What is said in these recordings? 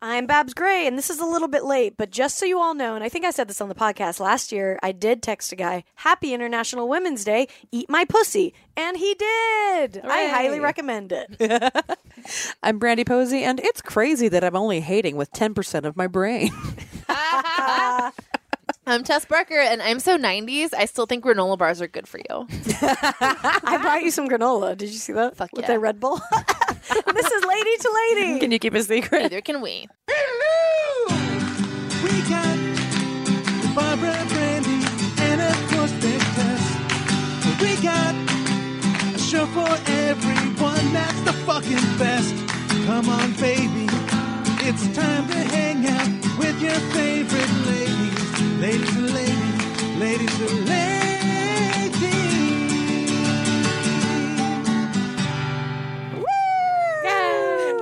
I'm Babs Gray, and this is a little bit late, but just so you all know, and I think I said this on the podcast last year, I did text a guy, Happy International Women's Day, eat my pussy. And he did. I highly recommend it. I'm Brandy Posey, and it's crazy that I'm only hating with 10% of my brain. I'm Tess Barker, and I'm so 90s. I still think granola bars are good for you. I brought you some granola. Did you see that? Fuck With yeah. the Red Bull. this is lady to lady. Can you keep a secret? Neither can we. We got Barbara Brandy and of course Big Tess. We got a show for everyone that's the fucking best. Come on, baby. It's time to hang out with your favorite ladies. Ladies and ladies, ladies and ladies.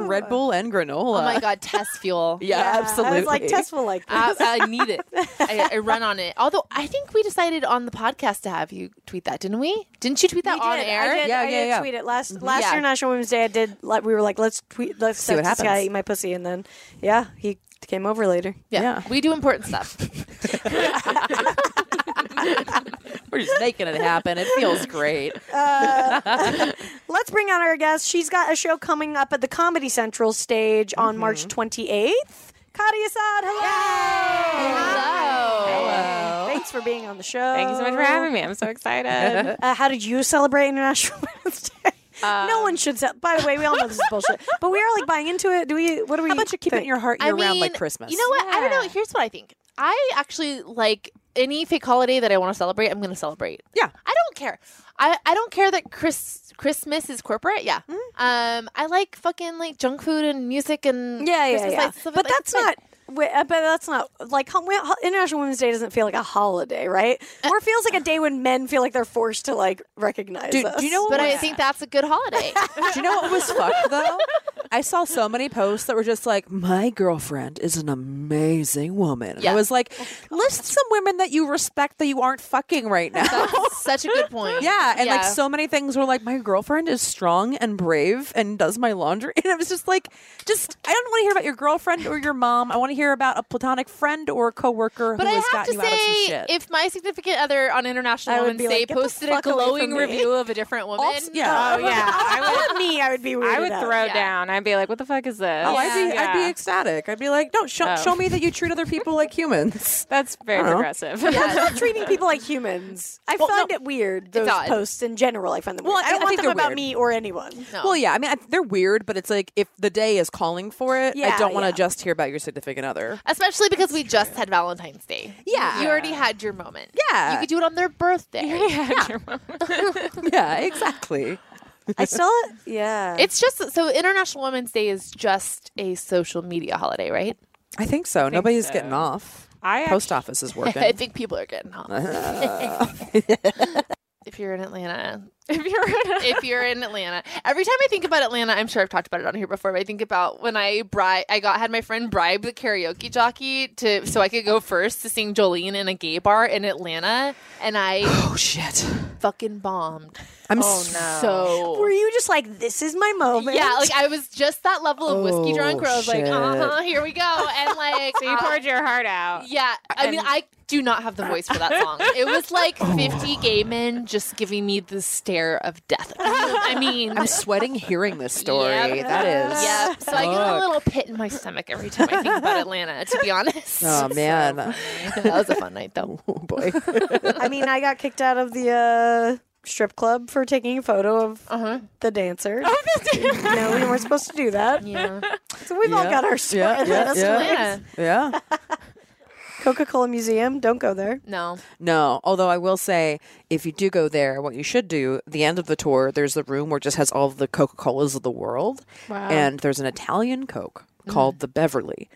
Red Bull and granola. Oh my God, test fuel. Yeah, absolutely. Uh, I was like, Tess will like this. Uh, I, I need it. I, I run on it. Although I think we decided on the podcast to have you tweet that, didn't we? Didn't you tweet that We on did. air? I did, Yeah, I yeah, did yeah. tweet it last last Yeah. International Women's Day. I did. Like, we were like, let's tweet, let's See what text this guy happens. eat my pussy, and then yeah, he came over later. Yeah. Yeah. we do important stuff. We're just making it happen. It feels great. Let's bring on our guest. She's got a show coming up at the Comedy Central stage Mm-hmm. on March 28th. Kadi Assad, hello. Hello. Thanks for being on the show. Thank you so much for having me. I'm so excited. Uh, how did you celebrate International Women's Day? Um, no one should. Ce- By the way, we all know this is bullshit, but we are like buying into it. Do we? What do we? How about you keep it in your heart I year round like mean, Christmas? You know what? I don't know. Here's what I think. I actually like any fake holiday that I want to celebrate. I'm going to celebrate. Yeah. I don't care. I, I don't care that Chris Christmas is corporate. Yeah. Mm-hmm. Um, I like fucking like junk food and music and Yeah, yeah, Christmas yeah. lights, stuff but like- that's fine. not. wi- uh, But that's not like ho- wi- ho- International Women's Day doesn't feel like a holiday, right? Uh, Or feels like a day when men feel like they're forced to like recognize. Dude, us. do you know what But was, I think that's a good holiday. do you know what was fucked though? I saw so many posts that were just like, "My girlfriend is an amazing woman." And I Yeah. was like, "List some women that you respect that you aren't fucking right now." That's such a good point. Yeah, and like so many things were like, my girlfriend is strong and brave and does my laundry, and it was just like, just I don't want to hear about your girlfriend or your mom. I want to hear about a platonic friend or a coworker But who I has have to gotten you out of some say, shit. if my significant other on International I would Women's be like, Day "Get the posted a fuck away from glowing me." review of a different woman, um, Also- yeah. Oh, yeah. I would, me, I would be. I would weirded out. throw Yeah. down. I'd be like, what the fuck is this? Oh, I'd be, Yeah. I'd be ecstatic. I'd be like, don't show, show me that you treat other people like humans. That's very don't know. progressive. Stop treating people like humans. I find it weird. Those odd. posts in general, I find them. Well, weird. I I- don't I want think them they're about weird. me or anyone. No. Well, yeah, I mean, I, they're weird, but it's like if the day is calling for it, Yeah, I don't want to yeah. just hear about your significant other. especially because we just had Valentine's Day. Yeah. you already had your moment. Yeah. you could do it on their birthday. yeah, exactly. I saw it. Yeah. It's just so International Women's Day is just a social media holiday, right? I think so. Nobody's getting off. I Post office is working. I think people are getting off. if you're in Atlanta, if you're in if you're in Atlanta, every time I think about Atlanta, I'm sure I've talked about it on here before, but I think about when I bri- I got had my friend bribe the karaoke jockey to so I could go first to sing Jolene in a gay bar in Atlanta, and I oh shit! fucking bombed. I'm So Were you just like, this is my moment? Yeah, like I was just that level of whiskey Oh, drunk where I was like, shit. uh huh, here we go. And like, So you uh, poured your heart out. yeah, I mean, I do not have the voice for that song. It was like Oh. 50 gay men just giving me the stare of death. I mean, I'm sweating hearing this story. Yep. That is. Yep. So I get a Fuck. little pit in my stomach every time I think about Atlanta, to be honest. Oh man. that was a fun night, though. Oh boy. I mean, I got kicked out of the uh, strip club for taking a photo of the Uh-huh. Oh, dancer. no, we weren't supposed to do that. Yeah. So we've all Yeah. got our story. Yeah, yeah, That's yeah. right. Yeah. Coca Cola Museum. Don't go there. No. No, although I will say, if you do go there, what you should do the end of the tour, there's the room where it just has all of the Coca Colas of the world, and there's an Italian Coke called the Beverly,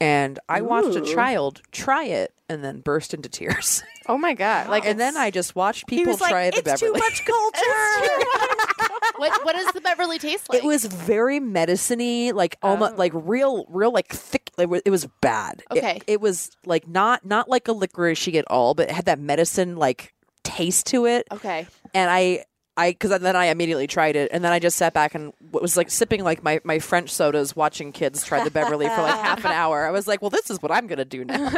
and I watched a child try it and then burst into tears, Oh my god! Like and then I just watched He people was like, try the it's too Beverly. much culture. What What does the Beverly taste like? It Oh. was very medicine-y, like almost like real, real like thick. It was, it was bad. It- Okay. it, was like not not like a licoricey at all, but it had that medicine like taste to it. okay. and I I because then I immediately tried it, and then I just sat back and w- was like sipping like my my French sodas, watching kids try the Beverly for like half an hour. I was like, well, this is what I'm gonna do now.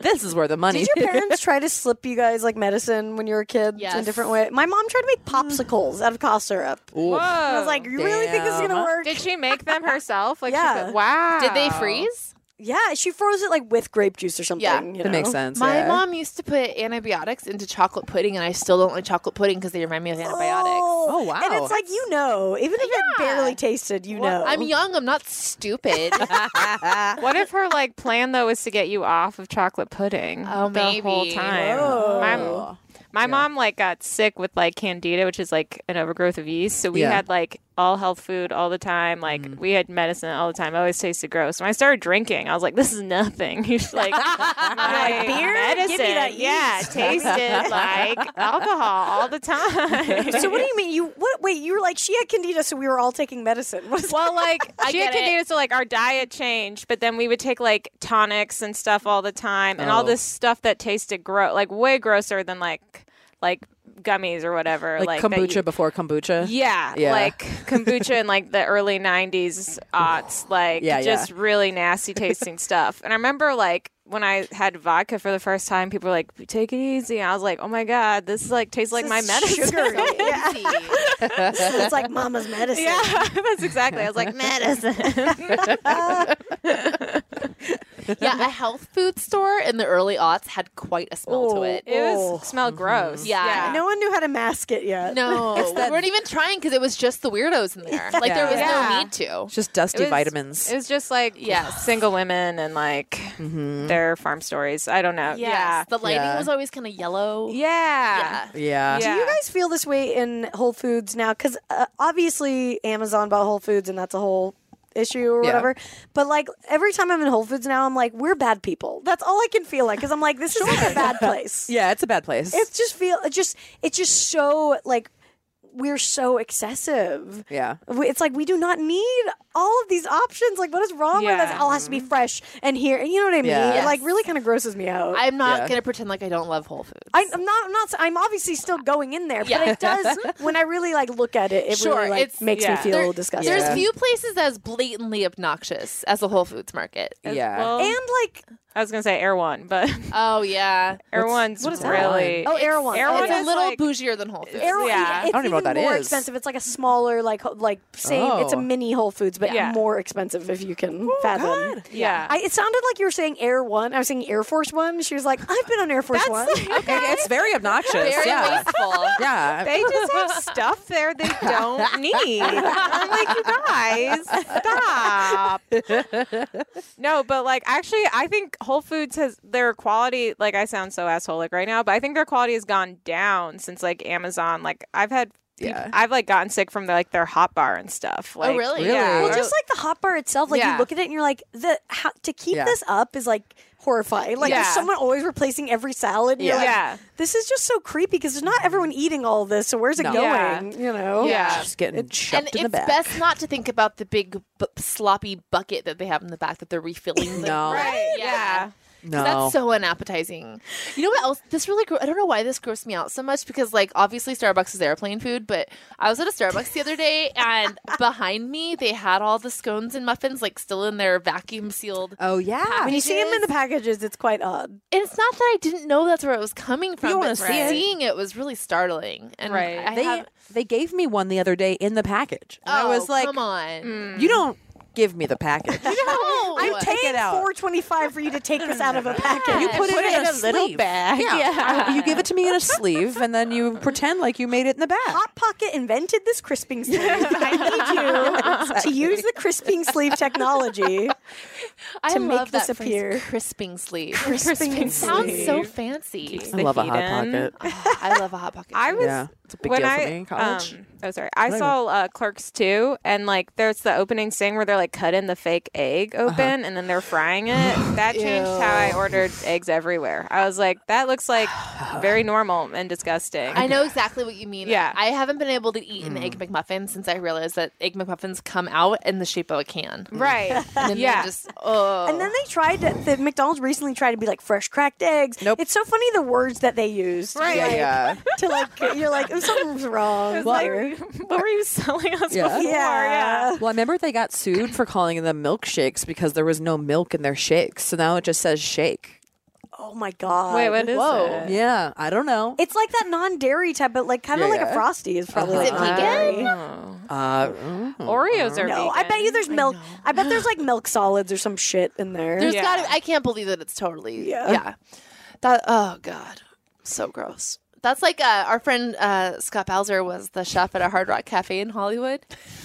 this is where the money. Did your parents try to slip you guys like medicine when you were a kid in Yes. different way? My mom tried to make popsicles out of cough syrup. Ooh. I was like, you really think this is gonna Damn. work? did she make them herself? Like, she Yeah. put- wow. Did they freeze? yeah, she froze it like with grape juice or something. Yeah, you That makes know? sense. My yeah. mom used to put antibiotics into chocolate pudding, and I still don't like chocolate pudding because they remind me of antibiotics. Oh, Oh, wow. And it's like you know, even if it barely tasted, you Well, Oh. know. I'm young. I'm not stupid. Oh, What if her like plan though was to get you off of chocolate pudding Oh, the whole maybe. time? Oh. My, my mom like got sick with like candida, which is like an overgrowth of yeast. So we Yeah. Mm. had like all health food all the time. Like we had medicine all the time. I always tasted gross. When I started drinking, I was like, this is nothing. You should like my beer? medicine. Give me that yeah, yeast. tasted like alcohol all the time. so what do you mean? You what? Wait, you were like she had candida, so we were all taking medicine. What is Well, like she had get it. candida, so like our diet changed, but then we would take like tonics and stuff all the time, and all Oh. this stuff that tasted gross, like way grosser than like like gummies or whatever, like, that kombucha you- before kombucha. yeah, Yeah. like kombucha in like the early '90s aughts, like Yeah, yeah. just really nasty tasting stuff. And I remember like when I had vodka for the first time, people were like, "Take it easy." And I was like, "Oh my god, this is like tastes like my medicine." Sugar. yeah. it's like mama's medicine. Yeah, that's exactly. I was like, "Medicine." yeah, a health food store in the early aughts had quite a smell to it. It Oh. was smelled gross. Yeah. No one knew how to mask it yet. No, we weren't even trying because it was just the weirdos in there. Like there was Yeah. no need to. It's just dusty It was- vitamins. It was just like yeah, single women and like Mm-hmm. their farm stories. I don't know. Yeah. Yes, the lighting Yeah. was always kind of yellow. Yeah. yeah. Yeah. Do you guys feel this way in Whole Foods now? Because uh, obviously Amazon bought Whole Foods, and that's a whole issue or Yeah. whatever. But like every time I'm in Whole Foods now, I'm like, we're bad people. That's all I can feel like because I'm like, this is a bad place. Yeah, it's a bad place. It's just feel it just it's just so like we're so excessive. yeah. We- It's like we do not need all of these options. Like, what is wrong Yeah. with us? It all has to be fresh and here. You know what I mean? Yeah. It like really kind of grosses me out. I'm not Yeah. gonna pretend like I don't love Whole Foods. I, I'm not. I'm not. I'm obviously still going in there, but it does when I really like look at it. It Sure, really like, it's- makes me yeah. feel There- disgusted. There's Yeah. few places as blatantly obnoxious as the Whole Foods market. Yeah. Well, and like I was gonna say Air One, but Oh yeah, Air One's what is that? really oh, Erewhon. Erewhon Erewhon it's a is little like- bougier than Whole Foods. Erewhon- yeah. It's I don't even know what even that more is. expensive. It's like a smaller, like ho- like same. It's a Oh. mini Whole Foods, but Yeah. more expensive if you can fathom. yeah. I, it sounded like you were saying Air One. I was saying Air Force One. She was like, I've been on Air Force One. Okay, It's very obnoxious. Very yeah. wasteful. Yeah. they just have stuff there they don't need. I'm like, you guys, stop. no, but like, actually, I think Whole Foods has their quality. Like, I sound so assholic right now, but I think their quality has gone down since like Amazon. Like, I've had. peop- Yeah. I've like gotten sick from like their hot bar and stuff. Like, Oh, really? Yeah. Well, just like the hot bar itself, like Yeah. you look at it and you're like, the how, to keep Yeah. this up is like horrifying. Like Yeah. there's someone always replacing every salad. and you're Yeah. like, Yeah. this is just so creepy because there's not everyone eating all this. So where's it No. Yeah. going? You know? yeah. Just getting And shoved it's in the back. best not to think about the big b- sloppy bucket that they have in the back that they're refilling. the- No. Right. Yeah. Yeah. no. That's so unappetizing. You know what else? This really, gro- I don't know why this grossed me out so much because, like, obviously Starbucks is airplane food, but I was at a Starbucks the other day and behind me they had all the scones and muffins, like, still in their vacuum sealed. oh yeah. When you see them in the packages, it's quite odd. And it's not that I didn't know that's where it was coming from, don't wanna but see it. seeing it was really startling. And Right. I they have, they gave me one the other day in the package. And oh, I was like, mm. come on. Oh, you don't give me the package. No, I'm Take it paying out. four twenty five for you to take this out of a packet. You put, it, in a, little bag. Yeah. I- You give it to me in a sleeve, and then you pretend like you made it in the bag. Hot Pocket invented this crisping sleeve. I need you to use the crisping sleeve technology. I to love make this that phrase, appear. crisping sleeve. Crisping It sounds so sleeve. fancy. Ah, the heat in. I love a hot pocket. I was Yeah, it's a big when deal for I me in college. um, oh sorry, I saw uh, Clerks two, and like there's the opening scene where they're like cutting the fake egg Uh-huh. open, and then they're frying it. That changed how I ordered eggs everywhere. I was like, that looks like very normal and disgusting. I know exactly what you mean. Yeah. I haven't been able to eat an egg McMuffin since I realized that egg McMuffins come out in the shape of a can. right? And then they yeah, just oh. And then they tried to, the McDonald's recently tried to be like fresh cracked eggs. Nope. It's so funny the words that they used. Right. yeah, yeah. To like you're like "Oh, something's wrong. here." what were you selling us Yeah. before? yeah. Well, I remember they got sued for calling them milkshakes because there was no milk in their shakes. So now it just says shake. Oh my god. Wait, what is Whoa. it? Yeah, I don't know. It's like that non-dairy type, but like kind of Yeah, like a yeah. frosty is probably. Is it like vegan? Uh, mm. Oreos are No, vegan. I bet you there's milk. I bet there's like milk solids or some shit in there. There's Yeah. gotta I can't believe that it's totally Yeah. yeah. That oh god. So gross. That's like uh, our friend uh, Scott Bowser was the chef at a Hard Rock Cafe in Hollywood,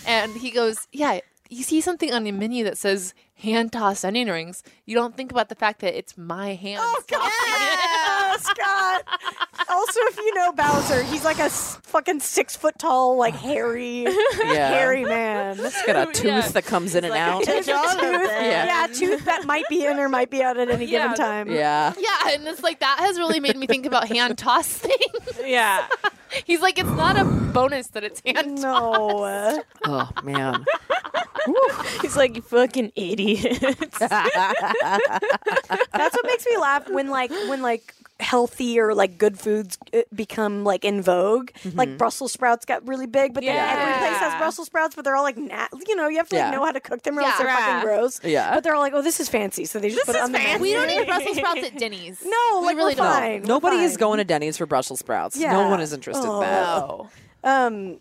and he goes, "Yeah, you see something on your menu that says hand tossed onion rings. You don't think about the fact that it's my hands. Oh Oh, Scott. Also, if you know Bowser, he's like a s- fucking six foot tall, like hairy, Oh, Yeah. hairy man. It's got a tooth that comes in and out. There's a tooth, yeah, a tooth that might be in or might be out at any given time. Yeah. Yeah, and it's like that has really made me think about hand toss things. yeah. He's like, it's not a bonus that it's hand tossed. No. Oh man. He's like you fucking idiots. That's what makes me laugh when like when like healthy or like good foods uh, become like in vogue. Mm-hmm. Like Brussels sprouts got really big, but then every place has Yeah. Brussels sprouts, but they're all like nat- you know, you have to like, Yeah. know how to cook them or else Yeah. they're fucking gross. Yeah. But they're all like, "Oh, this is fancy." So they just put it on the menu. We don't e- eat Brussels sprouts at Denny's. No, we like, really we're don't. fine. we're Nobody is fine. going to Denny's for Brussels sprouts. Yeah. No one is interested in that. No. Um,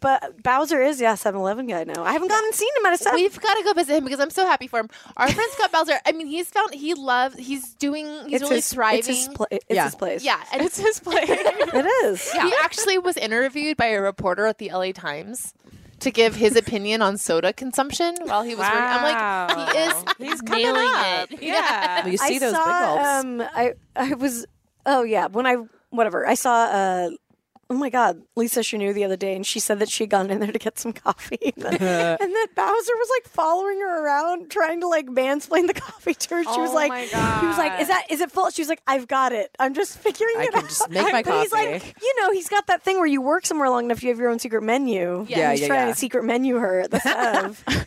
but Bowser is yeah, 7-Eleven guy now. I haven't gone and seen him at a 7 We've got to go visit him because I'm so happy for him. Our friend Scott Bowser, I mean, he's found he loves. He's doing. He's It's really his thriving. It's his, pla- it's Yeah. his place. yeah, and it's his play. it is. He actually was interviewed by a reporter at the LA Times to give his opinion on soda consumption while he was. working. I'm like, he is. He's nailing it. yeah. You see I those saw, big gulps. Um, I I was oh yeah when I whatever I saw uh oh my god Lisa Chanou the other day and she said that she had gone in there to get some coffee and that Bowser was like following her around trying to like mansplain the coffee to her. She was Oh like my he was like is that is it full? She was like I've got it. I'm just figuring I it can out. just make my but he's like coffee. you know he's got that thing where you work somewhere long enough you have your own secret menu. Yeah, And he's yeah, trying yeah. to secret menu her at the Sev. So-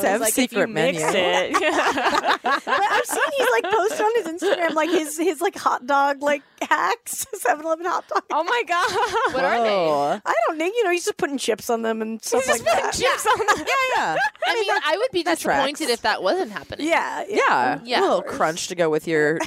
Sev secret menu. but I've seen he's like post on his Instagram like his his like hot dog like hacks, 7-Eleven hot dog. Oh my god. What are they? Oh. I don't know, you know, he's just putting chips on them and stuff like that. Yeah, I mean, I would be tracks. disappointed if that wasn't happening. Yeah, yeah. Oh, yeah, Yeah. yeah. A little crunch to go with your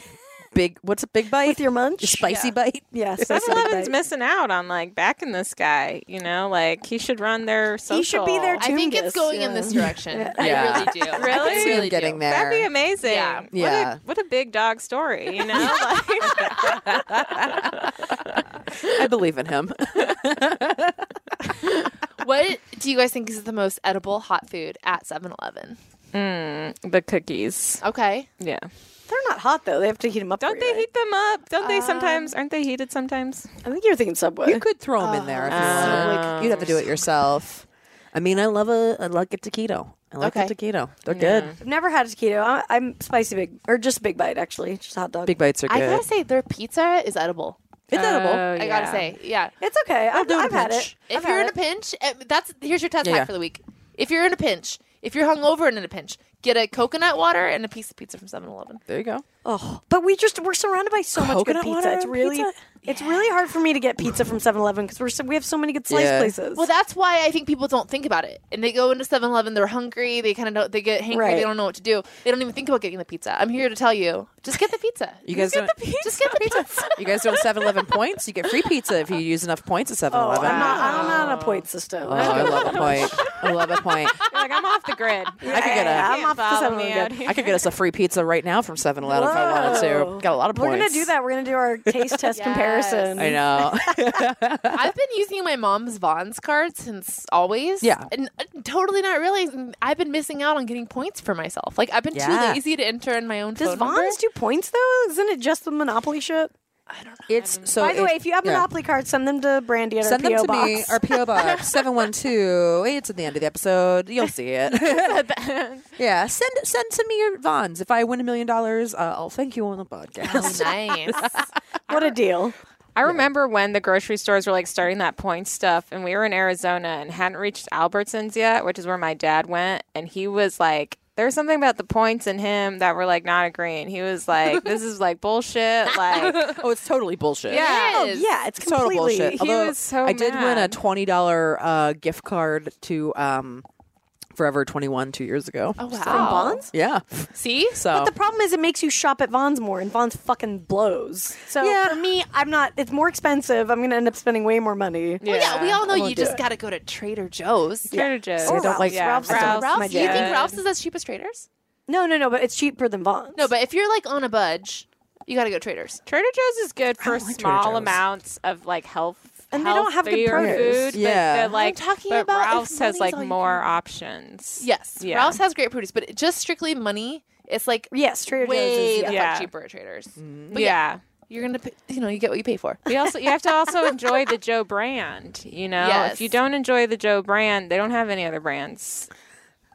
big. What's a big bite? With your munch. spicy bite. yeah, so it's 7 like Eleven's that. missing out on like backing this guy, you know? Like he should run their social. He should be there I think Tungus, it's going in yeah. this direction. Yeah. I really do. Oh, Really? I See him really getting do. there. That'd be amazing. Yeah. What, Yeah. A, what a big dog story, you know? like, I believe in him. What do you guys think is the most edible hot food at 7-Eleven? the cookies. Okay. Yeah. They're not hot though. They have to heat them up. Don't for you, they right? heat them up? Don't they sometimes? Aren't they heated sometimes? I think you're thinking Subway. you could throw him in there. If you Ah. wanted. You'd have to do it yourself. I mean, I love a I like a taquito. I like a Okay. taquito. They're good. I've never had a taquito. I- I'm spicy big or just big bite actually, just hot dog. Big bites are I good. gotta say their pizza is edible. it's uh, edible. Oh, I gotta yeah. say, yeah. It's okay. I've, do a I've had it. pinch. If I've you're had in a it. pinch, eh, that's here's your test Yeah, hack yeah. for the week. If you're in a pinch, if you're hungover and in a pinch, get a coconut water and a piece of pizza from 7-Eleven. There you go. Oh, but we just we're surrounded by so much good Coconut pizza. water It's and really pizza? it's really hard for me to get pizza from 7-Eleven because we're so, we have so many good slice Yeah. places. Well, that's why I think people don't think about it, and they go into 7-Eleven, they're hungry, they kind of don't, they get hangry, Right. they don't know what to do, they don't even think about getting the pizza. I'm here to tell you, just get the pizza. You guys don't. Just get the pizza. You guys don't 7-Eleven points. You get free pizza if you use enough points at 7-Eleven. Oh, I'm not, I'm not on a point system. Oh, I love a point. I love that point. You're like I'm off the grid. I could get a- You I'm can't off the follow 7-Eleven me grid. out here. I could get us a free pizza right now from 7-Eleven if I wanted Whoa. to. Got a lot of We're points. gonna do that. We're gonna do our taste test Yes. comparison. I know. I've been using my mom's Vons card since always. Yeah. And uh, totally not realizing I've been missing out on getting points for myself. Like, I've been too Yeah. lazy to enter in my own Does phone number. Vons do points though? Isn't it just the Monopoly shit? it's so By the it- way, if you have yeah. Monopoly cards, send them to Brandy at Send our them PO to box. me, our PO box seven one two. It's at the end of the episode. You'll see it. yeah, send send to me your Vons. If I win a million dollars, uh, I'll thank you on the Oh, podcast. nice. what a deal! I remember when the grocery stores were like starting that point stuff, and we were in Arizona and hadn't reached Albertsons yet, which is where my dad went, and he was like. There was something about the points in him that were like not agreeing. He was like, "This is like bullshit." Like, oh, it's totally bullshit. Yeah. Oh Yes. yeah, it's It's total completely. bullshit. He Although was so I did win a mad. twenty dollar uh, gift card to um, Forever Twenty One two years ago. Oh, wow. uh, From Vons? Yeah, See? so But the problem is, it makes you shop at Vons more, and Vons fucking blows. So Yeah. for me, I'm not. It's more expensive. I'm gonna end up spending way more money. Well, Oh, yeah, we all Oh, know you do just got to go to Trader Joe's. Trader Joe's. I don't like- yeah, Ralph's. I Ralph's. don't- my Ralph's, do you jam. think Ralph's is as cheap as Trader's? No, no, no. But it's cheaper than Vons. No, but if you're like on a budge, you got to go Trader's. Trader Joe's is good for like Trader small Joe's. amounts of like health. And they don't have good healthier produce. food. Yeah. but, but, like I'm talking but about if Ralph's has money's like all you more can- options. Yes. Yeah. Ralph's has great produce, but it- just strictly money, it's like yes, Trader Joe's. way Is, the yeah. Mm. fuck Yeah. cheaper at Trader's. But yeah, yeah. you're going to, you know, you get what you pay for. You also you have to also enjoy the Joe brand. You know, Yes. if you don't enjoy the Joe brand, they don't have any other brands.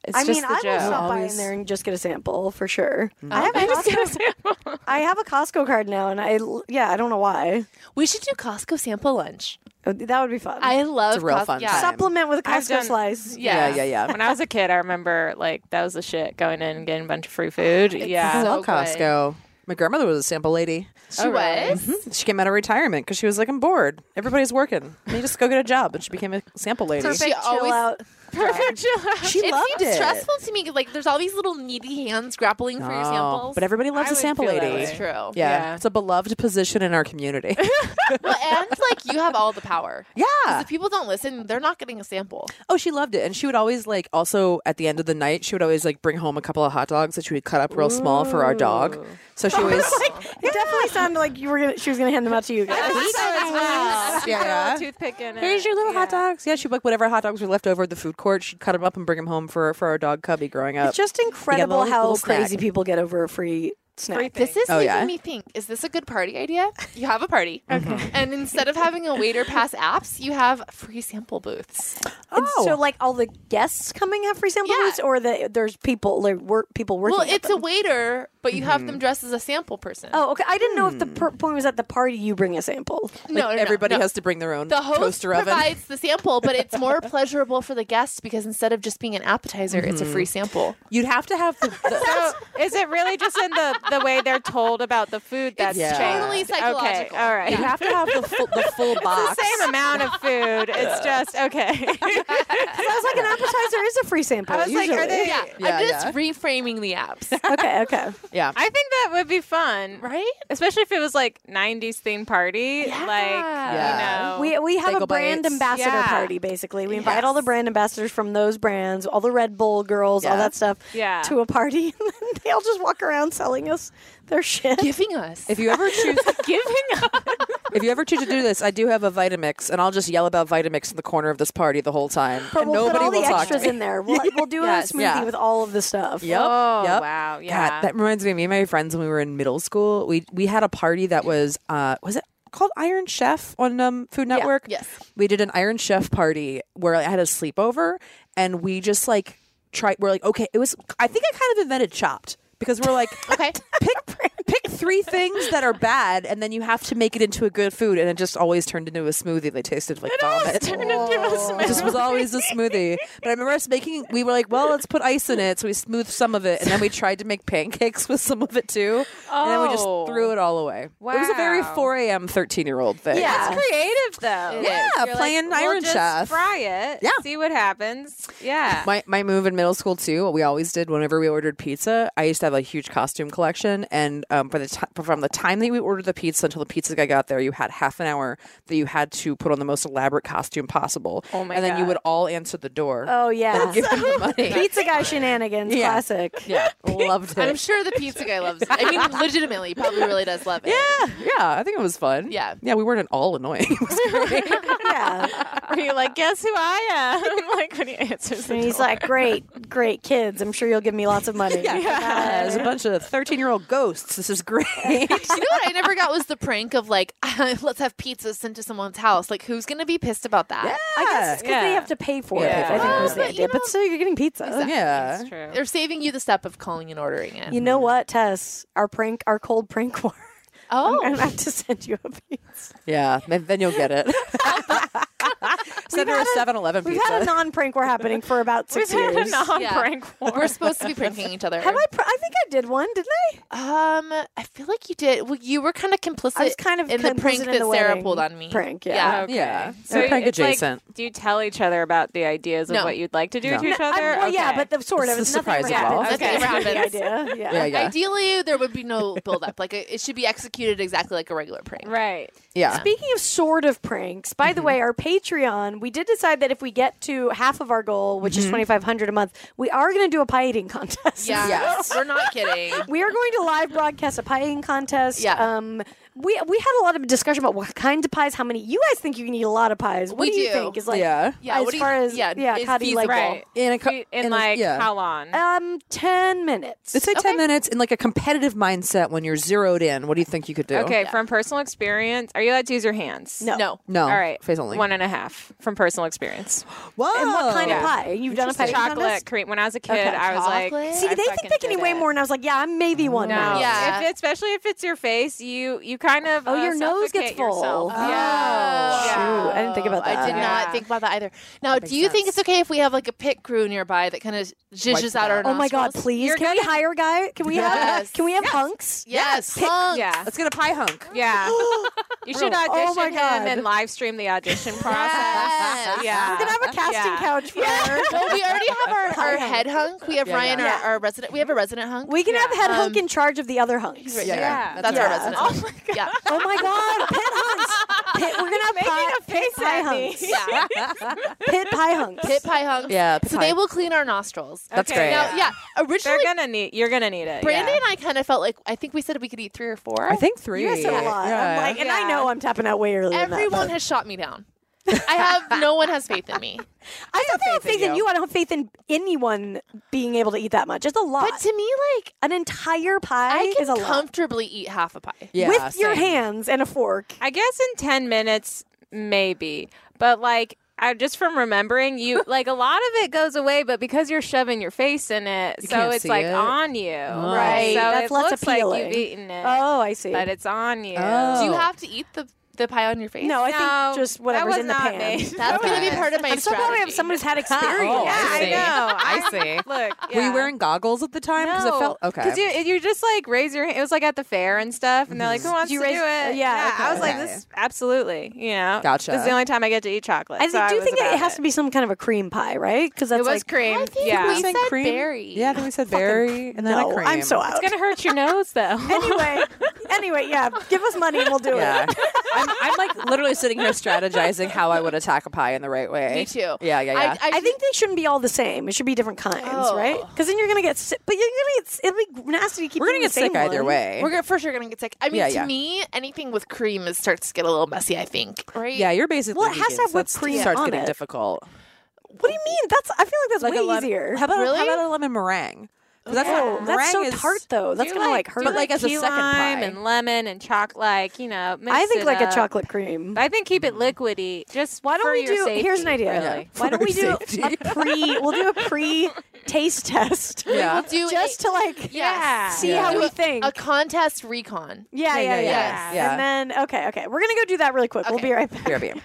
It's I just mean, the I will Joe. stop by in Always. Mm-hmm. there and just get a sample for sure. I have a I just Costco, gotta say- I have a Costco card now, and I l- yeah, I don't know why. We should do Costco sample lunch. Uh, That would be fun. I love It's a real Cos- fun yeah. time. Supplement with a I've Costco done- slice. yeah, Yeah. yeah, yeah. when I was a kid, I remember like that was the shit going in and getting a bunch of free food. I yeah, so love good. Costco. My grandmother was a sample lady. She was. She came out of retirement because she was like, I'm bored. Everybody's working. Let me just go get a job. And she became a sample lady. Perfect. Big She chill always- out. perfect. She It loved seems it. stressful to me. 'cause, Like, there's all these little needy hands grappling for your No, samples. Oh, But everybody loves I a would sample feel that lady. way. It's true. Yeah. Yeah. It's a beloved position in our community. Well, and like you have all the power. yeah. If people don't listen, they're not getting a sample. Oh, she loved it. And she would always like also at the end of the night, she would always like bring home a couple of hot dogs that she would cut up real small for our dog. So she always It definitely sounded like you were. Gonna, she was gonna hand them out to you guys. Yeah, yeah. toothpick in it. Here's your little hot dogs. Yeah, she like whatever hot dogs were left over at the food court, she'd cut them up and bring them home for for our dog Cubby growing up. It's just incredible little- how little snack. crazy people get over a free snack. This is Oh, making yeah? me think: Is this a good party idea? You have a party, okay. and instead of having a waiter pass apps, you have free sample booths. And Oh. so, like, all the guests coming have free sample Yeah. booths, or the, there's people like work people working. Well, at it's a them? waiter, but you have them dressed as a sample person. Oh, okay. I didn't know if the per- point was at the party you bring a sample. no, no, no, Everybody no. has to bring their own The host toaster oven. provides the sample, but it's more pleasurable for the guest because instead of just being an appetizer, it's a free sample. You'd have to have the, the So is it really just in the the way they're told about the food that's It's changed? totally Okay, psychological. all right. you'd have to have the full, the full box. It's the same amount of food. It's just okay. I was like, an appetizer is a free sample. I was like, are usually. they? Yeah, Yeah, I'm just yeah. reframing the apps, Okay, okay. Yeah. I think that would be fun, right? Especially if it was like '90s themed party, like Yeah. you know, We, we have a Bagel brand bites. ambassador Yeah. party, basically. We invite all the brand ambassadors from those brands, all the Red Bull girls, all Yeah. that stuff, Yeah. to a party. And then they all just walk around selling us their shit. Giving us. If you ever choose giving up. if you ever choose to do this, I do have a Vitamix, and I'll just yell about Vitamix in the corner of this party the whole time, But and we'll nobody put all will the talk extras to me. in there. We'll, we'll do Yes. a smoothie Yeah. with all of the stuff. Yep. Oh, yep. wow, God, yeah. that reminds me. Me and my friends when we were in middle school, we we had a party that was uh was it called Iron Chef on um Food Network? yes. We did an Iron Chef party where I had a sleepover, and we just like tried. We're like, okay, it was. I think I kind of invented Chopped because we're like, Oh, Okay. pick pick three things that are bad, and then you have to make it into a good food. And it just always turned into a smoothie. They tasted like vomit. It just was always a smoothie. But I remember us making. We were like, well, let's put ice in it. So we smoothed some of it, and then we tried to make pancakes with some of it too. And then we just Oh. threw it all away. It was a very Wow. 4 a.m. 13 year old thing. Yeah. That's creative though. Yeah, You're like, playing we'll Iron just Chef. Fry it. Yeah. See what happens. Yeah. My, my move in middle school too. What we always did whenever we ordered pizza, I used to have a huge costume collection, and um, by the the t- from the time that you ordered the pizza until the pizza guy got there, you had half an hour that you had to put on the most elaborate costume possible. Oh my And then you God. would all answer the door. Oh and yeah, give them the money. pizza guy shenanigans, Yeah. classic. Yeah, loved I'm it. sure the pizza guy loves it. I mean, legitimately, he probably really does love it. yeah, yeah, I think it was fun. Yeah. yeah, we weren't at all annoying. It was great. Yeah, Were you like, guess who I am? like when he answers the and he's door. like, great, great kids. I'm sure you'll give me lots of money. Yeah, there's a bunch of 13 year old ghosts. This is great. You know what I never got was the prank of like, let's have pizza sent to someone's house. Like, who's gonna be pissed about that? I guess it's because they Yeah. have to pay for Yeah. it. I think was the Oh, but idea. you know- but still, you're getting pizza. yeah. That's true. They're saving you the step of calling and ordering it. You know what, Tess? Our prank, our cold prank war. oh, I'm gonna have to send you a pizza. Yeah, then then you'll get it. Send her a had a- 7 Eleven We've had a pizza. non prank war happening for about We've six had a years. non-prank war. we're supposed to be pranking each other. Have I? Pr- I think I did one, didn't I? Um, I feel like you did. Well, you were kind of complicit. I was kind of in the complicit prank in that the Sarah wedding pulled on me. prank, yeah. Yeah. So They're prank it's like, adjacent. do you tell each other about the ideas of No. what you'd like to do No. to each I- other? well, yeah, Okay. but the sort of This is nothing ever surprise as happens. well. Nothing That's ever the happens. idea. Yeah. yeah, yeah. Ideally, there would be no buildup. Like it it should be executed exactly like a regular prank. right. yeah. Speaking of sort of pranks, by the way, our Patreon, we did decide that if we get to half of our goal, which is 2500 a month, we are going to do a pie eating contest. Yeah, Yes. we're not kidding. We are going to live broadcast a pie eating contest. Yeah. Um, we we had a lot of discussion about what kinds of pies, how many. You guys think you can eat a lot of pies. What We do you do. think? Is like Yeah. Yeah, as what do you- far as yeah, yeah, is how do you like feasible. Right. In a co- We- in, in a- like yeah. Oh, how long? um ten minutes. Let's say 10 minutes in like a competitive mindset when you're zeroed in. What do you think you could do? okay, from personal experience, are you allowed to use your hands? No. No. No. All right. Face only. One and a half from personal experience. Whoa. and what kind of Yeah. pie? You've done a pie eating chocolate contest? cream. When I was a kid, Okay. I was Chocolate? like, See, I they fucking think they can did eat way it. more, and I was like, yeah, I'm maybe one. No, now. Yeah. if, especially if it's your face, you you kind of Oh, uh, your nose gets suffocate yourself. full. Yeah. shoot. I didn't think about Oh, I that. did Yeah. not think about that either. Now, do you think it's okay if we have like a pit crew nearby that kind of zhuzhes out our Oh my God! nostrils? Please, You're can we gonna- hire a guy? Can we have? Yes. Can we have hunks? Yes. Yes. Punk. Yeah. Let's get a pie hunk. Yeah. you should Oh audition my God. him and live stream the audition process. Yes. We're gonna Yeah. have a casting Yeah. couch for her. Well, we already have our, our hunk. head hunk. We have Ryan, yeah. Our, our resident. We have a resident hunk. We can have head Um, hunk in charge of the other hunks. right Yeah, there. yeah. That's Yeah. our resident. Oh hunk. my god. Yeah. Oh my God! Pit hunks. Pit, we're gonna have Making pie, a face pit pie at me. hunks. Yeah. Pit pie hunks. Pit pie hunks. Yeah, pit So pie. they will clean our nostrils. That's Okay. great. Now, yeah. They're Originally, gonna need. You're gonna need it. Brandon yeah. and I kind of felt like I think we said we could eat three or four. I think three. You guys said a lot. Yeah. I'm like, and I Yeah. know I'm tapping out way earlier. Everyone than that, has shot me down. I have no one has faith in me. but- I don't have faith in you. I don't have faith in anyone being able to eat that much. It's a lot. But to me, like An entire pie I is a can lot. comfortably eat half a pie. Yeah, With your same. hands and a fork. I guess in ten minutes, maybe. But like. I, just from remembering you, like a lot of it goes away, but because you're shoving your face in it, so can't it's see like it. on you, Right, So that's it less looks like appealing. you've eaten it, Oh, I see. but it's on you. Oh. Do you have to eat the the pie on your face? no, I No, think just that whatever's was in the not pan. made. that's gonna be part of my I'm so glad we strategy. have someone who's had experience. Oh, Yeah, I I, see. know. I see. Look, yeah. Were you wearing goggles at the time? Because it felt okay. Because you you just like raise your hand. It was like at the fair and stuff, and they're Mm-hmm. like, "Who wants You to raise- do it?" yeah, okay. I was like, Okay. "This absolutely." You know, Gotcha. This is the only time I get to eat chocolate. I so do was think it about has to be some kind of a cream pie, right? Because that's It was like, cream. I think yeah, we said cream? berry. Yeah, then we said berry and then no, a cream. I'm so out. it's gonna hurt your nose though. anyway, anyway, yeah, give us money and we'll do Yeah. it. I'm, I'm like literally sitting here strategizing how I would attack a pie in the right way. Me too. Yeah, yeah, yeah. I think they shouldn't be all the same. It should be different kinds, Oh. right? Because then you're gonna get sick. But you're gonna get it'll be nasty to keep. We're gonna eating get the sick same either one. way. We're gonna, for sure gonna get sick. I mean, Yeah, to yeah. me, anything with cream is starts to get a little messy. I think. Right? yeah, you're basically. Well, it has to vegan, have so whipped that's- cream Starts on getting it. difficult. What do you mean? That's I feel like that's Like way a lemon. easier. How about Really? how about a lemon meringue? 'Cause that's what Oh, that's so meringue is- tart though. That's gonna like, hurt. but like as a key second lime pie. and lemon and chocolate, like you know. Mix I think it uh, like up. a chocolate cream. I think keep it liquidy. Just Why don't for we your do? Safety, here's an idea. Really. Why don't For we do safety. a pre? We'll do a pre taste test. Yeah. We'll do Just a, to like yeah. see Yeah. how Do we a- think. a contest recon. yeah, yeah, yeah, yeah, yeah. And then okay, okay, we're gonna go do that really quick. We'll Okay. be right back. Here, babe.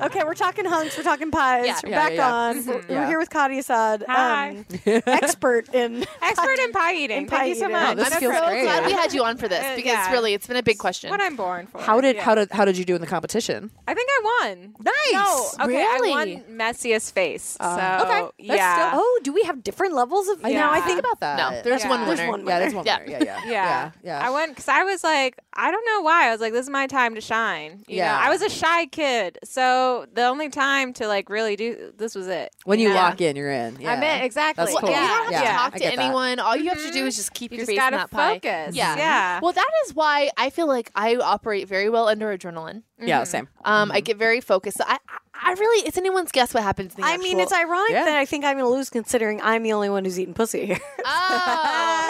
Okay, we're talking hunks, we're talking pies. Yeah. We're Yeah, back yeah, yeah. on. We're, we're Yeah. here with Kadi Assad, Hi. um, expert in Expert in pie eating. In Thank pie you so eating. Oh, much. this That's feels so great. Glad we good. had you on for this Uh, because yeah. really, it's been a big question. What I'm born for. How did Yeah. how did how did you do in the competition? I think I won. Nice. No, okay, Really? I won messiest face. Uh, so okay. That's still- yeah. Oh, do we have different levels of I Yeah. now I think about that. no, there's Yeah. one winner. There's one yeah, there's one Yeah. winner. Yeah, yeah, Yeah. yeah. I went because I was like, I don't know why. I was like, this is my time to shine. You Yeah. know, I was a shy kid, so the only time to like really do this was it. when you know? lock in, you're in. Yeah. I meant exactly. That's cool. Well, You Yeah. don't have Yeah. to Yeah. talk I to get that. anyone. All you have to do is just keep Mm-hmm. You your just face in gotta that pie. focus. Yeah. Well, that is why I feel like I operate very well under adrenaline. Yeah, same. Um, I get very focused. So I, I- I really, it's anyone's guess what happens. In the I mean, actual- it's ironic Yeah. that I think I'm going to lose considering I'm the only one who's eating pussy here. Oh,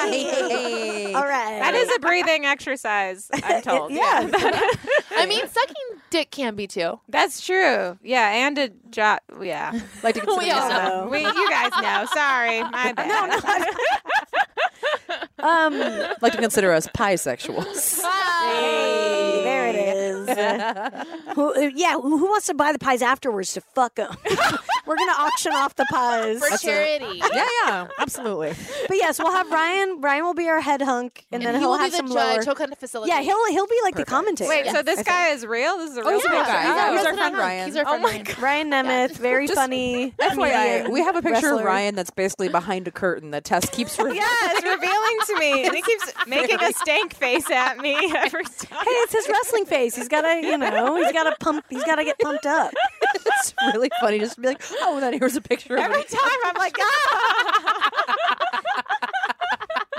All right. That is a breathing exercise, I'm told. yeah. I mean, sucking dick can be too. That's true. Yeah, and a job. Yeah. Like to consider We all myself- know. we, you guys know. Sorry. My bad. No, Um, like to consider us pisexuals. Ah. there it is. who, uh, yeah, who who wants to buy the pies afterwards to fuck them? We're going to auction off the pies. For charity. yeah, yeah, absolutely. But yes, we'll have Ryan. Ryan will be our head hunk, and, then he he'll will be have the some judge. lower. He'll kind of facilitate. yeah, he'll he'll be like the commentator. Wait, so this guy is real? This is a real he's a real person? guy. He's Oh, our He's friend Ryan. He's our Oh friend my Ryan. Ryan Nemeth, very funny. FYI, comedian, we have a picture of wrestler. Ryan that's basically behind a curtain that Tess keeps. Re- Yeah, it's revealing to me. And he keeps making a stank face at me every time. Hey, it's his wrestling face. He's gotta, you know, he's gotta pump. He's gotta get pumped up. it's really funny just to be like, oh, then here's a picture of Every me. time I'm like, ah!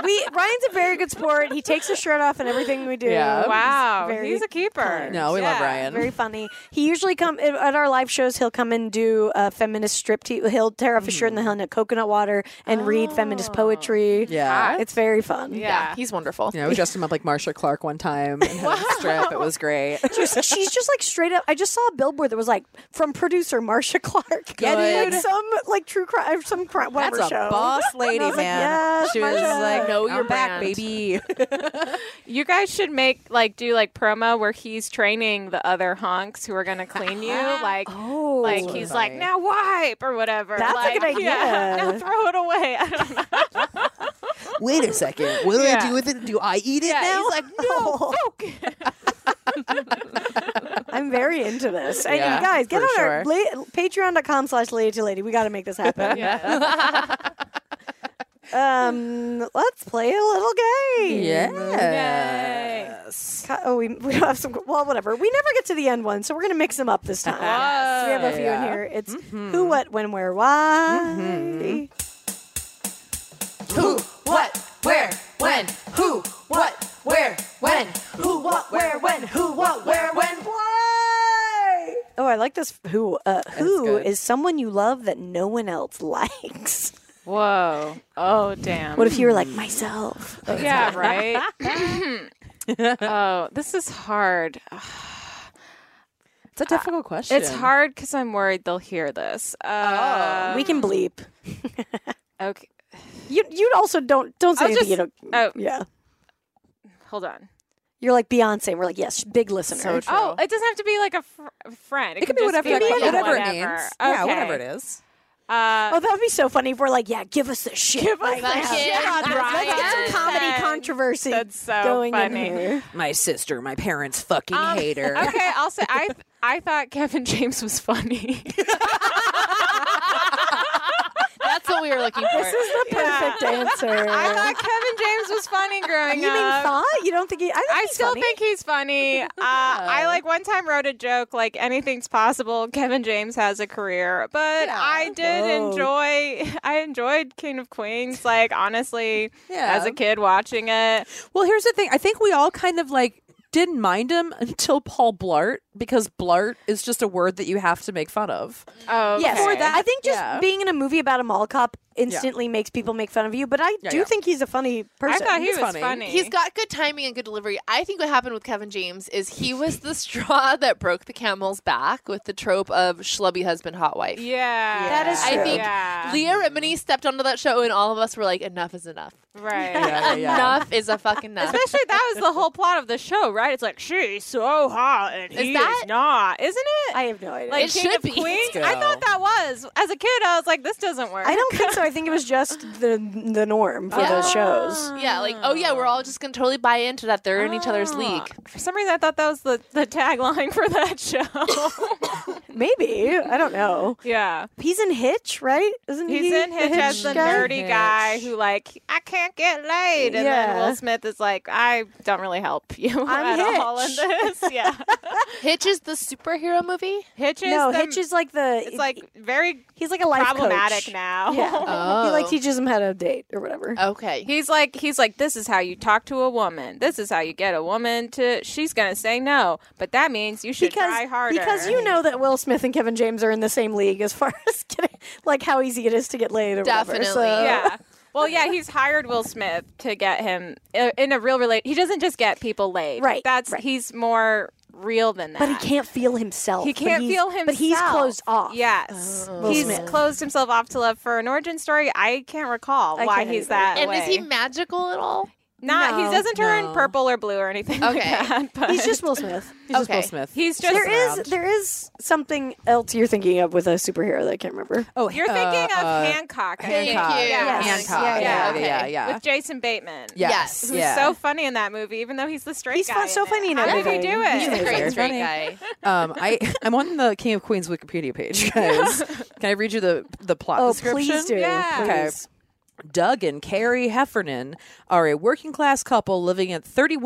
We Ryan's a very good sport. He takes his shirt off and everything we do. Yeah. Wow, very he's a keeper. kind. No, we love Yeah. Ryan. Very funny. He usually come at at our live shows. He'll come and do a feminist strip. Te- he'll tear off his shirt in the Hmm. hell in a coconut water and read feminist poetry. Oh. Yeah. it's very fun. Yeah. He's wonderful. You know, we dressed him up like Marsha Clark one time and had him strip. It was great. She's, she's just like straight up. I just saw a billboard that was like from producer Marsha Clark. Yeah, Like dude. some like true crime, some crime, whatever That's a show. boss lady, I was like, man. yes, she was Marsha. like, Know I'm your back, brand." baby. You guys should make like do like promo where he's training the other honks who are gonna clean you. Like, Oh. like he's like funny. now wipe or whatever. That's a like, good Yeah, idea. now throw it away. I don't know. Wait a second. What do I Yeah. do with it? Do I eat it Yeah, now? he's like no. fuck. I'm very into this. And Yeah, you guys, get for on our la- patreon.com slash lady to lady. We got to make this happen. um, let's play a little game. yes. Ca- Oh, we, we have some. Well, whatever. We never get to the end one, so we're going to mix them up this time. We have a few in Yeah. Mm-hmm. here. It's who, what, when, where, why. Who, what, where, when? Who, what, where, when? Who, what, where, when? Who, what, where, when? Oh, I like this. Who uh, who good. is someone you love that no one else likes? Whoa. Oh damn. What if you were like myself? yeah. Right. oh, this is hard. It's a difficult question. It's hard because I'm worried they'll hear this. Uh, we can bleep. Okay. You you also don't don't say I'll anything. just- you oh. don't. yeah. Hold on. You're like Beyonce. We're like, yes, big listener. Oh, it doesn't have to be like a fr- a friend. It, It could could be just whatever, that like, couple- whatever, it whatever. names. Yeah, whatever it Okay. is. Uh, Oh, that would be so funny if we're like, yeah, give us the shit. Give us the shit on Let's get some comedy Brian. controversy That's so going funny. in here. My sister, my parents fucking Um, hate her. Okay, I'll say I th- I thought Kevin James was funny. That's what we were looking for. This is the perfect answer. I thought Kevin James was funny growing you up. mean thought? You don't think he? I, think I he's still funny. think he's funny. Uh, I like one time wrote a joke like anything's possible. Kevin James has a career, but I did Whoa. enjoy. I enjoyed King of Queens. Like honestly, Yeah. as a kid watching it, Well, here's the thing. I think we all kind of like didn't mind him until Paul Blart because Blart is just a word that you have to make fun of. oh Yes, I think just yeah. being in a movie about a mall cop instantly makes people make fun of you. But I Yeah, do yeah. think he's a funny I person. thought he was funny. funny. He's got good timing and good delivery. I think what happened with Kevin James is he was the straw that broke the camel's back with the trope of schlubby husband, hot wife. yeah, That is I true. think Yeah. Leah Remini stepped onto that show, and all of us were like, enough is enough. right. Enough is a fucking enough. Especially that was the whole plot of the show, right? It's like she's so hot and Is he that it's not, isn't it? I have no idea. like It King should of be. Queens. Let's I go. thought that was. As a kid, I was like, this doesn't work. I don't think so. I think it was just the the norm for those shows. Yeah, like oh yeah, we're all just gonna totally buy into that they're in each other's league. For some reason, I thought that was the, the tagline for that show. Maybe I don't know. yeah. He's in Hitch, right? Isn't He's he in Hitch as the guy? nerdy guy who, like, I can't get laid. And then Yeah. Will Smith is like, I don't really help you I'm at all in Hitch. this. Yeah. Hitch is the superhero movie. Hitch is No, the- Hitch is like the. It's like very he's like a life problematic coach. now. Yeah, he like Oh. teaches him how to date or Oh, whatever. Okay. He's like he's like this is how you talk to a woman. This is how you get a woman to she's gonna say no, but that means you should try harder. because you know that Will Smith and Kevin James are in the same league as far as getting like how easy it is to get laid or Definitely. whatever. So. yeah. Well, yeah, he's hired Will Smith to get him uh, in a real relate. He doesn't just get people laid. Right, That's right. he's more real than that. But he can't feel himself. He but can't he's- feel himself. But he's closed off. Oh. Yes. Will he's Smith. closed himself off to love for an origin story. I can't recall I why can't he's either. that And way. is he magical at all? not? No, he doesn't turn no. purple or blue or anything. Okay. Like that, but He's just Will Smith. just Will Okay. Smith. he's just there is there is something else you're thinking of with a superhero that I can't remember. oh, You're uh, thinking of uh, Hancock. I Thank think. Hancock. you. Yeah. Yes. Hancock. Yeah, Yeah, yeah, yeah, yeah. okay. yeah. with Jason Bateman. yes. Yes. who's yeah. so funny in that movie, even though he's the straight He's guy. fun- in so it. funny in How did he everything. do He's it? a great Very funny. straight guy. um, I I'm on the King of Queens Wikipedia page, guys. Can I read you the the plot Oh, description? please do. Yeah. Okay. Please. Doug and Carrie Heffernan are a working class couple living at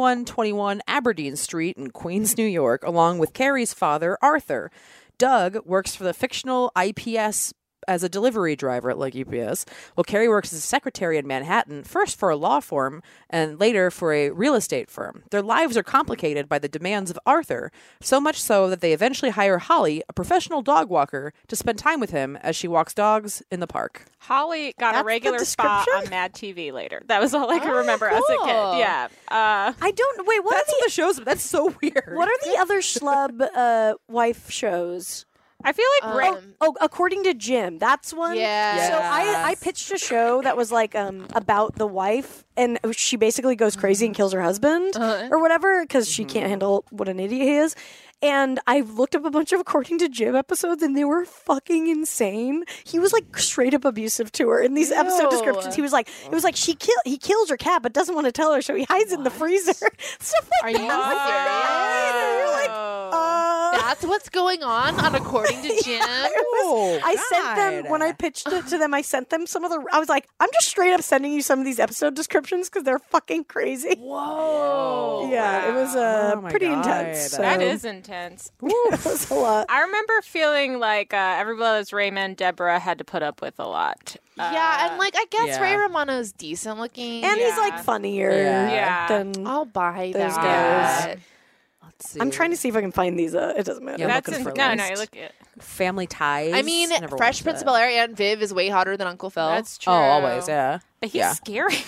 3121 Aberdeen Street in Queens, New York, along with Carrie's father, Arthur. Doug works for the fictional IPS as a delivery driver at like UPS, while Carrie works as a secretary in Manhattan, first for a law firm and later for a real estate firm. Their lives are complicated by the demands of Arthur, so much so that they eventually hire Holly, a professional dog walker, to spend time with him as she walks dogs in the park. Holly got That's a the regular spot description? Oh, on Mad TV later. That was all I could remember as a cool. kid. Yeah. Uh, I don't wait, what That's are what the show's. That's so weird. the what are the other schlub uh, wife shows? I feel like Ra- Um, Oh, according to Jim, that's one. Yeah. So I, I pitched a show that was like um about the wife, and she basically goes crazy and kills her husband Uh-huh. or whatever because she can't handle what an idiot he is. And I looked up a bunch of according to Jim episodes, and they were fucking insane. He was like straight up abusive to her in these episode descriptions. He was like, it was like she kill he kills her cat, but doesn't want to tell her, so he hides in the freezer. Stuff like Are that. you I'm like, serious? "No." You're like, uh, That's what's going on on According to Jim. Oh, I sent them when I pitched it to them. I sent them some of the. I was like, I'm just straight up sending you some of these episode descriptions because they're fucking crazy. Whoa. yeah, it was uh, Oh my pretty God. intense. So. Oh. that is intense. it was a lot. I remember feeling like uh, Everybody Loves Raymond, Deborah had to put up with a lot. Uh, yeah, and like I guess Yeah. Ray Romano's decent looking. And he's Yeah. like funnier Yeah. than. I'll buy Those that. Let's see. I'm trying to see if I can find these. Uh, it doesn't matter. Yeah, I'm that's looking in- for a no, no. list. Oh? You look at Family ties. I mean, Never Fresh watched Prince it. of Bel Air and Viv is way hotter than Uncle Phil. that's true. Oh, always, yeah. But he's Yeah. scary.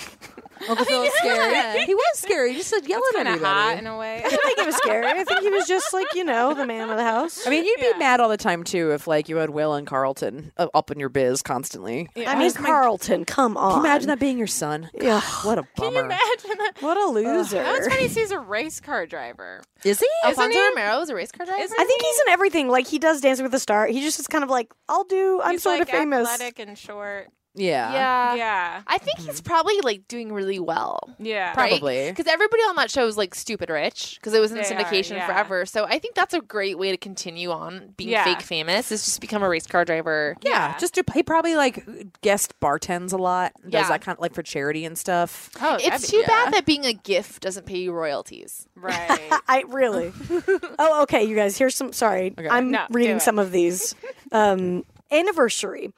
Uncle Phil was scary. He was scary. He just said yell at kind of everybody. hot in a way. I think it was scary. I think he was just like you know the man of the house. I mean, you'd be mad all the time too if like you had Will and Carlton uh, up in your biz constantly. I mean, Carlton, come on. Can you imagine that being your son? Yeah. what a bummer. Imagine that. What a loser. That was funny. He's a race car driver. Is he? Alfonso Romero is a race car driver. I think he's in everything. Like he does Dancing with the Star. He just is kind of like, I'll do. I'm He's sort of like famous. athletic and short. yeah. yeah. yeah, Mm-hmm. I think he's probably like doing really well. yeah. Probably. Because everybody on that show is like stupid rich because it was in They are, syndication yeah. forever. So I think that's a great way to continue on being Yeah. fake famous is just become a race car driver. Yeah, just do. He probably like guest bartends a lot. Does Yeah. Ah. that kind of like for charity and stuff. Oh, that'd It's be- too yeah. bad that being a gift doesn't pay you royalties. right. I really. oh, okay, you guys. Here's some. Sorry, I'm No, do reading it. some of these. Um, anniversary.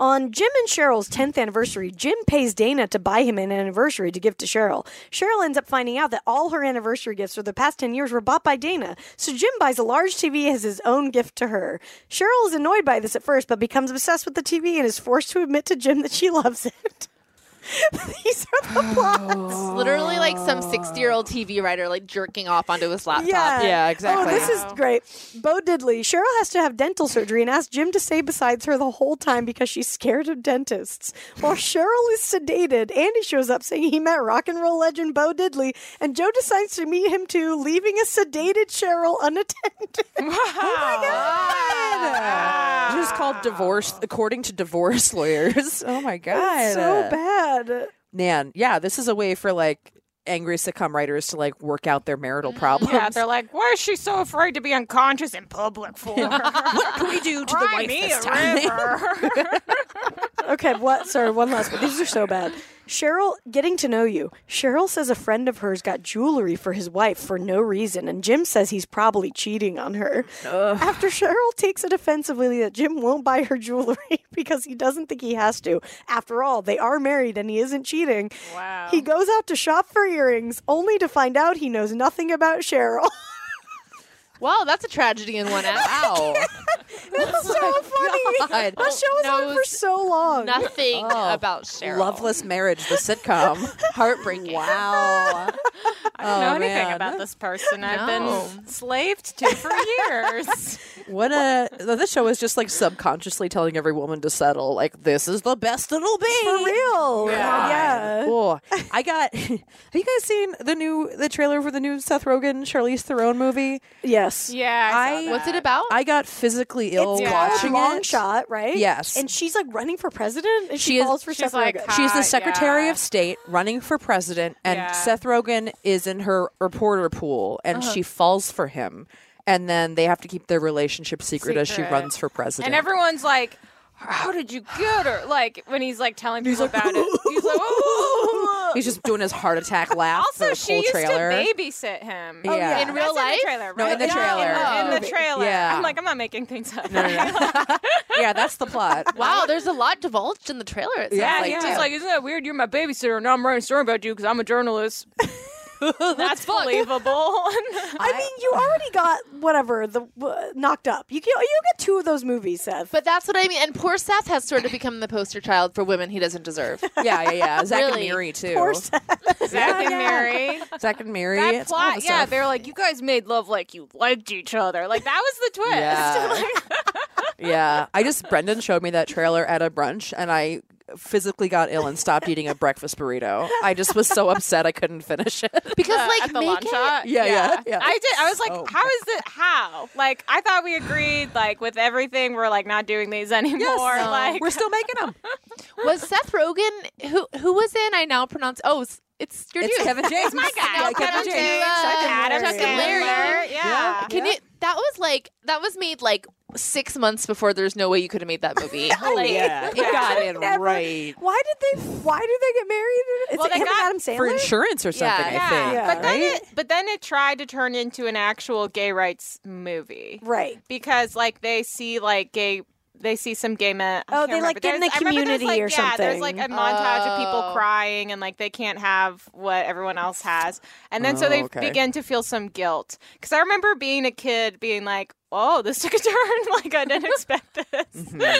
On Jim and Cheryl's 10th anniversary, Jim pays Dana to buy him an anniversary to give to Cheryl. Cheryl ends up finding out that all her anniversary gifts for the past 10 years were bought by Dana, so Jim buys a large TV as his own gift to her. Cheryl is annoyed by this at first, but becomes obsessed with the TV and is forced to admit to Jim that she loves it. These are the plots. It's literally like some 60 year old Oh. TV writer like jerking off onto his laptop. Yeah. Yeah, Oh, exactly. this is great. Bo Diddley. Cheryl has to have dental surgery and asks Jim to stay beside her the whole time because she's scared of dentists. While Cheryl is sedated, Andy shows up saying he met rock and roll legend Bo Diddley, and Joe decides to meet him too, leaving a sedated Cheryl unattended. Oh God. Just called divorce, according to divorce lawyers. Oh my god, It's so bad. man. Yeah, this is a way for like angry sitcom writers to like work out their marital problems. Yeah, they're like, why is she so afraid to be unconscious in public for? what can we do to the Cry wife me this a time? river. Okay, what? Sorry, one last one. These are so bad. Cheryl, getting to know you. Cheryl says a friend of hers got jewelry for his wife for no reason, and Jim says he's probably cheating on her. After Cheryl takes it offensively that Jim won't buy her jewelry because he doesn't think he has to. After all, they are married and he isn't cheating. Wow. He goes out to shop for earrings only to find out he knows nothing about Cheryl. Wow, that's a tragedy in one act. Wow. That's so funny. God. That show was on for Knows so long. Nothing Oh, about Cheryl. Loveless marriage, the sitcom. Heartbreaking. Wow. I don't know Oh, anything man. about this person. No. I've been slaved to for years. What a this show is just like subconsciously telling every woman to settle. Like this is the best it'll be. For real. Yeah. yeah. Oh, I got. have you guys seen the new the trailer for the new Seth Rogen Charlize Theron movie? Yes. yeah. I saw I- that. What's it about? I got physically ill it's called watching long it. shot, right? Yes. And she's like running for president, and she, She is- calls for she's Seth like, Rogen. She's Ah, the Secretary yeah. of State running for president, and Yeah. Seth Rogen is in her reporter pool, and she Uh-huh. falls for him. And then they have to keep their relationship secret, as she Secret. runs for president. And everyone's like, how did you get her? Like when he's like telling people about it, he's like, "Ooh." He's just doing his heart attack laugh. also for the she whole used trailer. to babysit him. Oh, yeah. In real That's life? in the trailer, No, right? in the Yeah, trailer. in the, in the Oh. trailer. Yeah. I'm like, I'm not making things up. No, no, yeah, that's the plot. wow, there's a lot divulged in the trailer. It sounds Yeah, Yeah, like. he's yeah. just like, isn't that weird? You're my babysitter, and now I'm writing a story about you because I'm a journalist. That's believable. I mean, you already got whatever the uh, knocked up. You get, you get two of those movies, Seth. But that's what I mean. And poor Seth has sort of become the poster child for women he doesn't deserve. Yeah, yeah, yeah. Zach Really? and Miri too. Poor Seth. Zach and Mary. Zach and Mary. That it's all plot, the yeah, stuff. they were like, you guys made love like you liked each other. Like that was the twist. Yeah. yeah. I just Brendan showed me that trailer at a brunch, and I physically got ill and stopped eating a breakfast burrito. I just was so upset I couldn't finish it. Because, Uh, like, at the make launch it- shot. Yeah, yeah, yeah. I did. I was like, how is it? How? Like, I thought we agreed. Like, with everything, we're like not doing these anymore. Like, We're still making them. was Seth Rogen who who was in? I now pronounce. Oh, it's, it's your It's dude. Kevin James. my Now Kevin James, James, Adam Chuck and Sandler. Larry. Yeah. Can you? That was like that was made like six months before. There's no way you could have made that movie. Oh yeah, it got in Never- right Why did they? Why did they get married? Is Well, it they him got- and Adam Sandler? for insurance or something. Yeah. I think. yeah. But then right? it, but then it tried to turn into an actual gay rights movie Right. because, like, they see like gay. They see some gay men. I Oh, can't they, like, remember. get in There's- the I remember there's, community like, or Yeah, there's like a something. montage of people Oh. crying and like they can't have what everyone else has, and then so Oh, they okay. begin to feel some guilt. Because I remember being a kid, being like, "Oh, this took a turn. like I didn't expect this." Mm-hmm.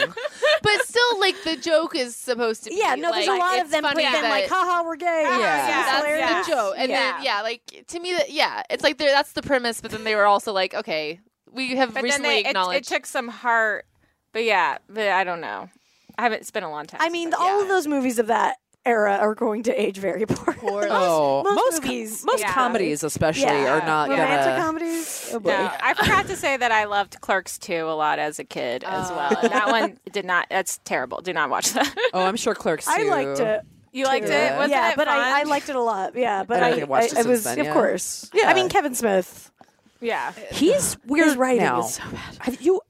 but still, like the joke is supposed to be. Yeah. No, there's a like, lot of it's them funny pretending that- like, haha, we're gay. Yeah. Yeah. That's hilarious. the joke, and Yeah. then yeah, like to me, that yeah, it's like they're- that's the premise. But then they were also like, okay, we have But recently then they, it, it acknowledged. took some heart. But yeah, but I don't know. I haven't spent a long time. I mean, since, all yeah. of those movies of that era are going to age very poorly. oh, most most movies- most yeah. comedies especially Yeah. are not Romantic gonna. comedies. Oh, boy. No, I forgot to say that I loved Clerks 2 a lot as a kid as well. And that one did not. That's terrible. Do not watch that. Oh, I'm sure Clerks. I too. liked it. You liked Yeah. it? Wasn't yeah, it but fun? I, I liked it a lot. Yeah, but I don't I, think I've watched it I, I since was, then, of yeah. course. Yeah. I mean, Kevin Smith. Yeah. He's weird writing now. is so Have you?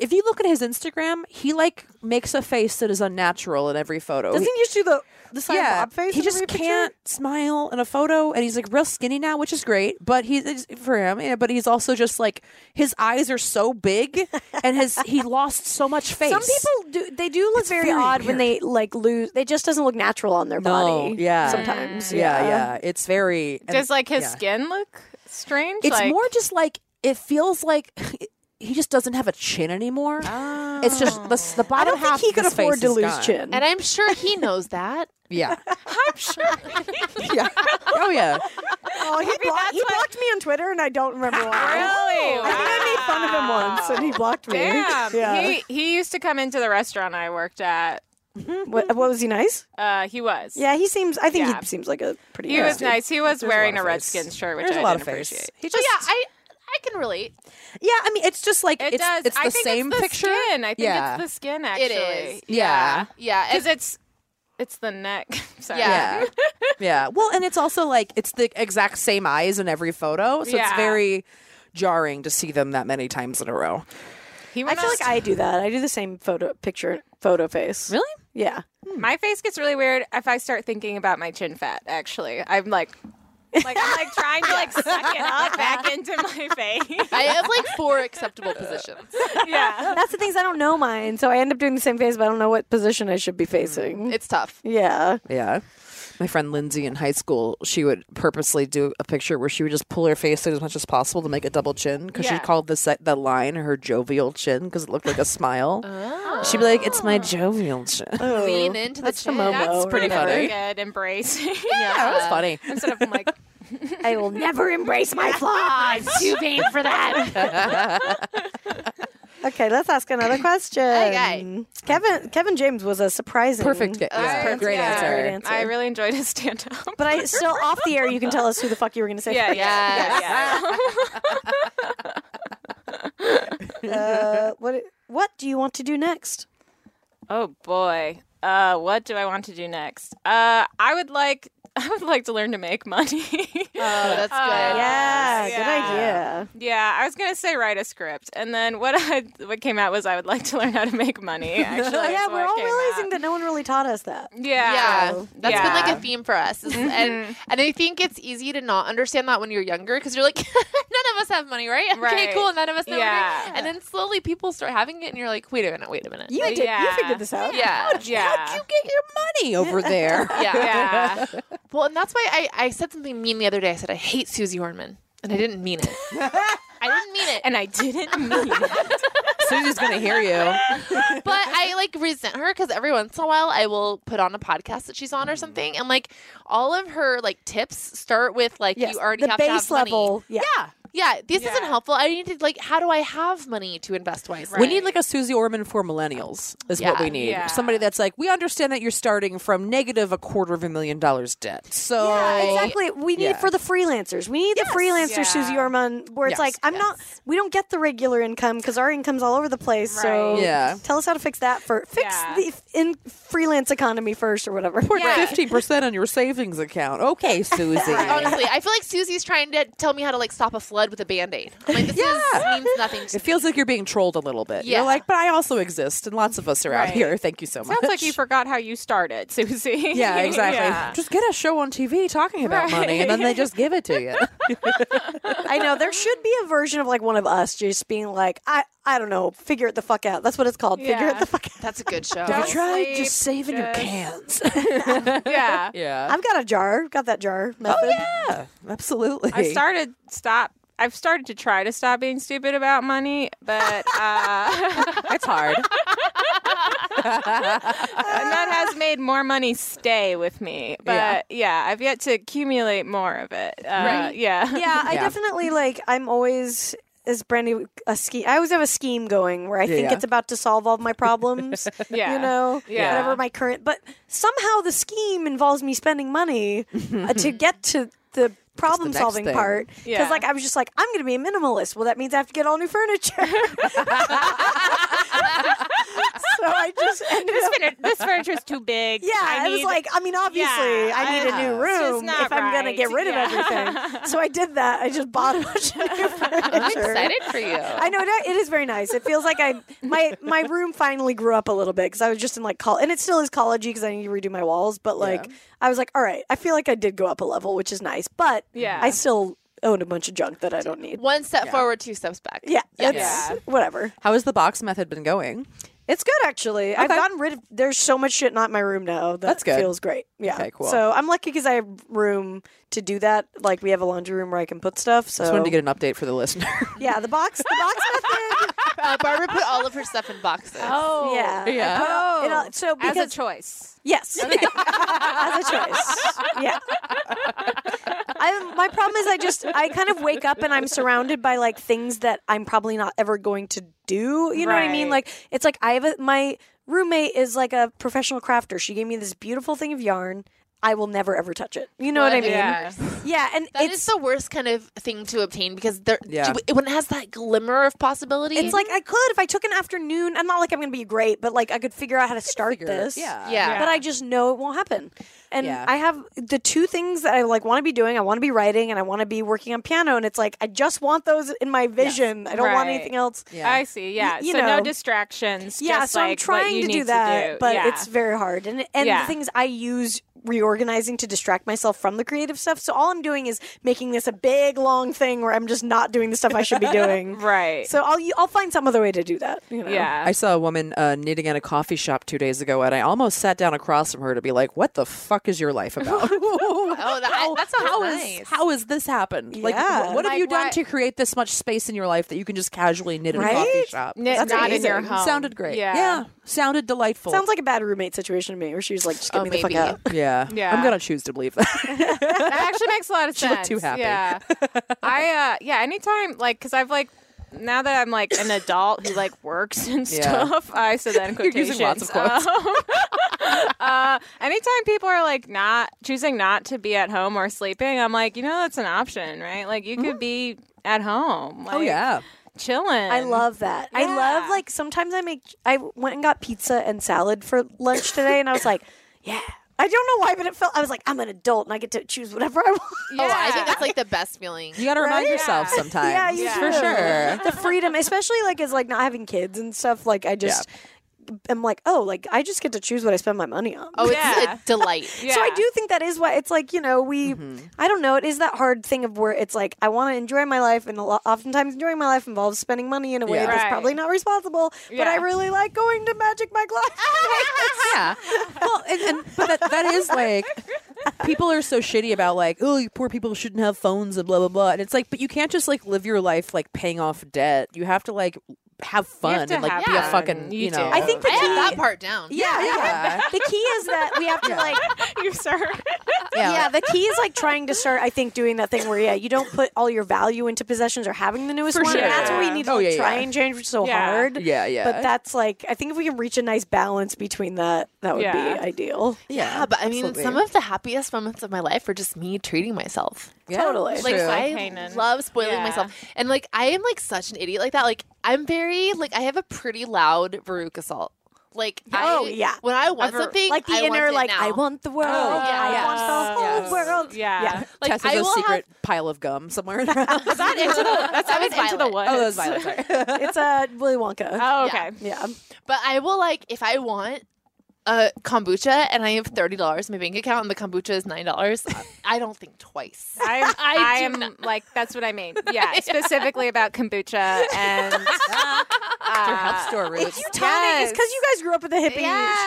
If you look at his Instagram, he like makes a face that is unnatural in every photo. Doesn't He- he used to do the the side Bob face? he in every just picture? can't smile in a photo, and he's like real skinny now, which is great. But he's it's for him, yeah, but he's also just like his eyes are so big, and his he lost so much face. Some people do. They do look very, very odd when they like lose. It just doesn't look natural on their no, body. yeah, Sometimes. yeah, yeah. It's very and- Does like his yeah. skin look strange? It's like, more just like it feels like he just doesn't have a chin anymore. It's just the, the bottom I don't half. think he of could his face afford to is lose gone. chin. and I'm sure he knows that. Yeah. I'm sure. yeah. Oh yeah. Oh, he, blocked, he blocked me on Twitter, and I don't remember why. Really? I think I made fun of him once, and he blocked me. Damn. Yeah. He he used to come into the restaurant I worked at. what, what was he nice? Uh, he was. Yeah, he seems. I think Yeah. he seems like a pretty. He nice was dude. nice. He was wearing a, lot of face. Redskins shirt, which There's I a lot didn't of face. appreciate. He But just yeah, I I can relate. Yeah, I mean, it's just like It it's, does. It's the I think same it's the picture. Skin. I think Yeah. it's the skin. Actually, is. Yeah. Yeah, Because and, it's it's the neck. Sorry. Yeah. Yeah. yeah. Well, and it's also like it's the exact same eyes in every photo, so Yeah. it's very jarring to see them that many times in a row. He I went feel on- like I do that. I do the same photo picture photo face. Really? Yeah. my face gets really weird if I start thinking about my chin fat. Actually, I'm like. like I'm like trying to like suck it up back into my face. I have like four acceptable positions. yeah. That's the things I don't know mine, so I end up doing the same face, but I don't know what position I should be facing. Hmm. It's tough. yeah. Yeah. My friend Lindsay in high school, she would purposely do a picture where she would just pull her face in as much as possible to make a double chin because Yeah. she called the set the line her jovial chin because it looked like a smile. She'd be like, "It's my jovial chin." Lean into Oh, the Oh, That's the chin. moment. That's Momo, pretty right? funny. Good embracing. Yeah, it was funny. Instead of like I will never embrace my flaws. Too vain for that. okay, let's ask another question. Okay. Kevin Kevin James was a surprising Perfect. Yeah, perfect. Great Yeah. answer. Great answer. uh, I really enjoyed his stand up. But I still off the air you can tell us who the fuck you were gonna say. yeah, yeah, yeah. Uh, what what do you want to do next? Oh boy. Uh, what do I want to do next? Uh, I would like I would like to learn to make money. Uh. Oh, that's good. yeah, yeah. good idea. yeah, I was gonna say write a script, and then what I what came out was I would like to learn how to make money. Actually, Yeah, is we're what all came realizing out. that no one really taught us that. Yeah, Yeah, that's been like Yeah. a theme for us, is- and and I think it's easy to not understand that when you're younger because you're like, none of us have money, right? Right. Okay, cool, none of us know Yeah. money, and then slowly people start having it, and you're like, wait a minute, wait a minute, You did you Yeah. figured this out. yeah, yeah, How'd you get your money over there? yeah, yeah. Well, and that's why I I said something mean the other day. I said I hate Susie Orman, and I didn't mean it. I didn't mean it, and I didn't mean it. Susie's gonna hear you. but I like resent her because every once in a while I will put on a podcast that she's on or something, and like all of her like tips start with like Yes, you already the have base to have money. level. Yeah. Yeah, this isn't Yeah. helpful. I need to like, how do I have money to invest wisely? We Right. need like a Susie Orman for millennials, is what Yeah. we need. Yeah. Somebody that's like, we understand that you're starting from negative a quarter of a million dollars debt. So Yeah, exactly. We need Yeah. it for the freelancers. We need the freelancers, Yeah. Susie Orman, where it's Yes. like, I'm not, we don't get the regular income because our income's all over the place. So Right. Yeah. tell us how to fix that for, fix Yeah. the f- in freelance economy first or whatever. put Yeah. Oh, fifty percent on your savings account. Okay, Susie. Honestly, I feel like Susie's trying to tell me how to like stop a flood with a band aid. I'm like, this is, means nothing to It feels like you're being trolled a little bit. Yeah. You're like, but I also exist, and lots of us are out Right. here. Thank you so much. Sounds like you forgot how you started, Susie. Yeah, exactly. Yeah. Just get a show on TV talking about money, and then they just give it to you. I know there should be a version of like one of us just being like, I, I don't know, figure it the fuck out. That's what it's called. Figure it Yeah. the fuck out. That's a good show. Don't- Try Sleep, just saving your just- cans. yeah. Oh, yeah. I've got a jar. Got that jar method. yeah, absolutely. I started stop. I've started to try to stop being stupid about money, but uh, It's hard. and that has made more money stay with me. But yeah, I've yet to accumulate more of it. Uh, Right. Yeah. Yeah, I Yeah. definitely like. I'm always as brandy a scheme. I always have a scheme going where I think Yeah. it's about to solve all of my problems. Yeah. you know, Yeah. whatever my current. But somehow the scheme involves me spending money uh, to get to the problem next solving thing. part. Because Yeah. like I was just like, I'm going to be a minimalist. Well, that means I have to get all new furniture. so I just ended This, up. furniture, this furniture is too big. Yeah, I, was need- like, I mean, obviously, Yeah, I need I- a new it's just room not if I'm gonna right. get rid Yeah. of everything. so I did that. I just bought a bunch of new furniture. I'm excited for you. I know it it is very nice. It feels like I my my room finally grew up a little bit because I was just in like col and it still is collegey because I need to redo my walls. But like I was like, all right, I feel like I did go up a level, which is nice. But Yeah. I still own a bunch of junk that I don't need. One step forward, two steps back. Yeah, Yeah. it's whatever. How has the box method been going? It's good actually. I've gotten rid of. There's so much shit not in my room now. That That's good. Feels great. Yeah. Okay, cool. So I'm lucky because I have room to do that. Like we have a laundry room where I can put stuff. So Just wanted to get an update for the listener. yeah, the box, the box method. Uh, Barbara put all of her stuff in boxes. Oh, Yeah. Yeah. I put all- it all- so because As a choice. Yes. As a choice. Yeah. I, my problem is I just I kind of wake up and I'm surrounded by like things that I'm probably not ever going to do. You know what I mean? Right. Like it's like I have a, my roommate is like a professional crafter. She gave me this beautiful thing of yarn. I will never ever touch it. You know what, I mean? Yeah, and That is it's the worst kind of thing to obtain because there, Yeah. do- when it has that glimmer of possibility, it's like I could if I took an afternoon. I'm not like I'm going to be great, but like I could figure out how to start this. Yeah. yeah. but I just know it won't happen. And Yeah. I have the two things that I like want to be doing. I want to be writing and I want to be working on piano. And it's like I just want those in my vision. I don't want Right. anything else. Yeah. I see. Yeah. you so know. no distractions. Yeah, just so I'm like what trying you to need do that, do. but Yeah. it's very hard. And and Yeah. the things I use reorganizing to distract myself from the creative stuff. So all I'm doing is making this a big long thing where I'm just not doing the stuff I should be doing. right. So I'll I'll find some other way to do that. You know? yeah. I saw a woman uh, knitting at a coffee shop two days ago, and I almost sat down across from her to be like, "What the fuck is your life about? oh, that, I- that sounds how is nice. how has this happened? Like, Yeah. wh- what have Like, you done why- to create this much space in your life that you can just casually knit at a coffee Right? shop? Knit not in your amazing. home. Sounded great. Yeah. sounded delightful. Sounds like a bad roommate situation to me, where she was like, "Just get Oh, me the fuck maybe. out." yeah. Yeah. I'm gonna choose to believe that. that actually makes a lot of She sense. looked too happy. Yeah. I uh yeah, anytime like cuz I've like now that I'm like an adult who like works and Yeah. stuff, I said that in You're quotations. using lots of quotes. um, uh, anytime people are like not choosing not to be at home or sleeping, I'm like, you know, that's an option, right? Like you could be at home. Like, Mm-hmm. oh yeah. chilling. I love that. I love Yeah. like sometimes I make. I went and got pizza and salad for lunch today, and I was like, yeah. I don't know why, but it felt. I was like, I'm an adult and I get to choose whatever I want. Oh, I think that's like the best feeling. You gotta remind Right? yourself Yeah. sometimes. Yeah, you for do. sure. The freedom, especially like as like not having kids and stuff. Like I just am like, oh, like I just get to choose what I spend my money on. Oh, it's Yeah. a delight. Yeah. Mm-hmm. So I do think that is why it's like you know we. I don't know. It is that hard thing of where it's like I want to enjoy my life, and a lot, oftentimes enjoying my life involves spending money in a way Yeah. that's Right. probably not responsible. But I Yeah. really like going to Magic Mike Lodge. yeah. Well, and, and but that, that is like people are so shitty about like, oh, you poor people shouldn't have phones and blah blah blah. And it's like, but you can't just like live your life like paying off debt. You have to like have fun to and like have be a fun. fucking You you, do. know. I think the I key, have that part down. yeah, yeah. Yeah. The key is that we have to like, you, sir. yeah. The key is like trying to start. I think doing that thing where yeah, you don't put all your value into possessions or having the newest For one. sure. And that's what we need to Oh, like, yeah, try yeah. and change, which is so Yeah. hard. Yeah, yeah. But that's like, I think if we can reach a nice balance between that, that would Yeah. be ideal. yeah, Yeah, but I mean, absolutely. some of the happiest moments of my life were just me treating myself. Yeah. Totally. Like True. I Kanan. love spoiling Yeah. myself, and like I am like such an idiot like that. Like I'm very like I have a pretty loud Veruca Salt. Like Oh, I, yeah. when I want A Ver- something, like the I want inner it like now. I want the world, yeah, I yeah. want the whole Yes. world. Yeah. like Tess has I a will secret pile of gum somewhere. oh, Not into the That that's was always into the Violet. woods. that was Violet. Sorry. It's a uh, Willy Wonka. Oh, Yeah. okay. yeah. have, but I will like if I want a kombucha and I have thirty dollars in my bank account and the kombucha is nine dollars, I don't think twice. I'm, I, do am like that's what I mean. Yeah, specifically about kombucha and uh, Perhaps store roots. Tell me, it's because you guys grew up with the hippie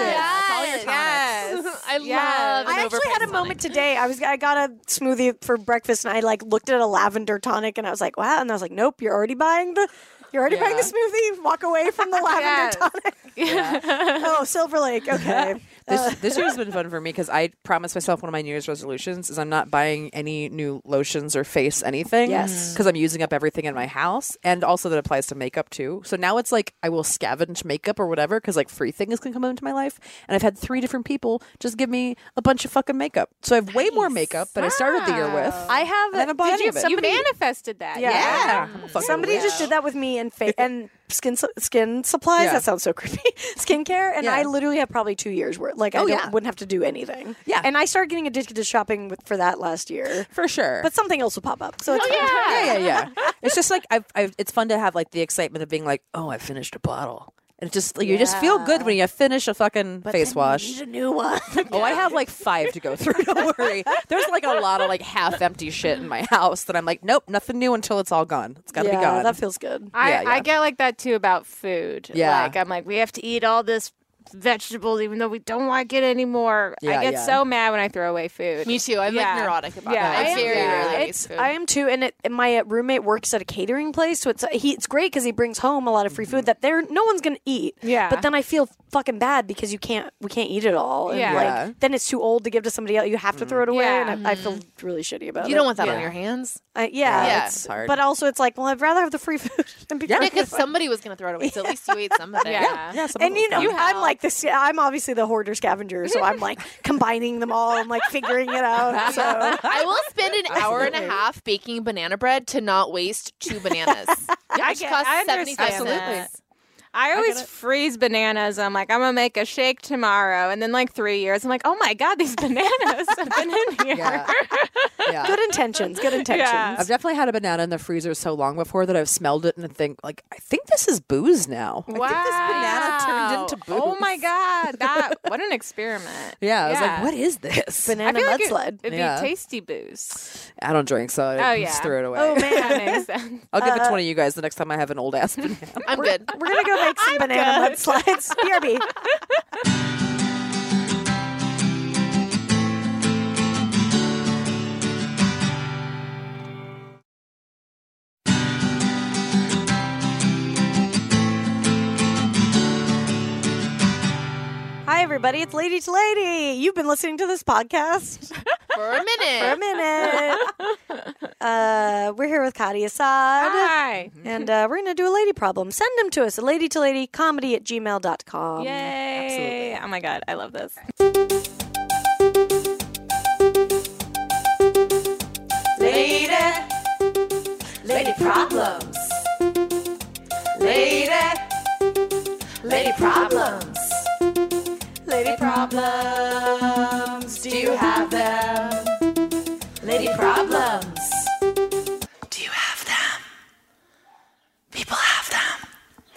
shit. yes. I Yes. love. an I actually had overpriced a moment tonic. today. I was I got a smoothie for breakfast and I like looked at a lavender tonic and I was like, wow. And I was like, nope, you're already buying the you're already buying the smoothie. Walk away from the lavender Yes. tonic. oh, Silver Lake. Okay. Uh, this, this year has been fun for me because I promised myself one of my New Year's resolutions is I'm not buying any new lotions or face anything. Yes. Because I'm using up everything in my house. And also that applies to makeup too. So now it's like I will scavenge makeup or whatever because like free things can come into my life. And I've had three different people just give me a bunch of fucking makeup. So I have way more makeup that I started the year with. I have. I haven't bought any of it. you manifested that. Yeah. yeah. I'm a fucking Somebody weirdo. just did that with me and fa- and skin su- skin supplies. Yeah. That sounds so creepy. Skincare, and Yeah. I literally have probably two years worth. Like I Oh, don't, yeah. wouldn't have to do anything. Yeah. and I started getting addicted to shopping with, for that last year. for sure. But something else will pop up. So it's fine. yeah, yeah, yeah. It's just like I've, I've, it's fun to have like the excitement of being like, oh, I "Oh, finished a bottle. And it just like, you just feel good when you finish a fucking face wash. a new one. Oh, I have like five to go through. Don't worry. There's like a lot of like half empty shit in my house that I'm like, nope, nothing new until it's all gone. It's got to yeah, be gone. that feels good. I, Yeah, yeah. I get like that too about food. Yeah. Like I'm like, we have to eat all this vegetables even though we don't like it anymore. Yeah, I get yeah. so mad when I throw away food. Me too. I'm Yeah. like neurotic about Yeah. that. I I am- very yeah. rarely It's- waste food. I am too, and, it, and my uh, roommate works at a catering place, so it's uh, he. It's great because he brings home a lot of free food that there no one's gonna eat. Yeah. But then I feel fucking bad because you can't we can't eat it all. and, Yeah. like, Yeah. then it's too old to give to somebody else. You have to throw it away, Yeah. and I, I feel really shitty about it. you don't want that on Yeah. your hands. I, yeah. Yeah. it's- It's hard. But also, it's like, well, I'd rather have the free food. And be Yeah, perfectly because fine. somebody was going to throw it away. So at least you ate some of it. Yeah. yeah, some of And it's you know, gone. I'm like this. I'm obviously the hoarder scavenger, so I'm like combining them all and like figuring it out. So I will spend an hour and a half baking banana bread to not waste two bananas. yeah, I get- I understand Absolutely. cents. I always freeze bananas. I'm like, I'm gonna make a shake tomorrow, and then like three years, I'm like, oh my god, these bananas have been in here. yeah. yeah. good intentions, good intentions. I've definitely had a banana in the freezer so long before that I've smelled it and I think like I think this is booze now. I think this banana turned Wow. into booze. Oh my god, that what an experiment. Yeah, I was Yeah. like, what is this? Banana feel like it- mudslide. It'd Yeah. be tasty booze. I don't drink, so I Oh, just yeah. threw it away. oh man, That makes sense. I'll give it to one of you guys the next time I have an old ass banana. I'm good. we're gonna go make some banana mudslides. BRB. Hi everybody, it's Lady to Lady. You've been listening to this podcast For a minute. for a minute. Uh, we're here with Kadi Assad. Hi. Mm-hmm. And uh, we're going to do a lady problem. Send them to us at lady to lady comedy at gmail.com. Um, Yay. Oh my god, I love this. Lady. Lady problems. Lady. Lady problems. Lady problems. Do you have them? Lady problems.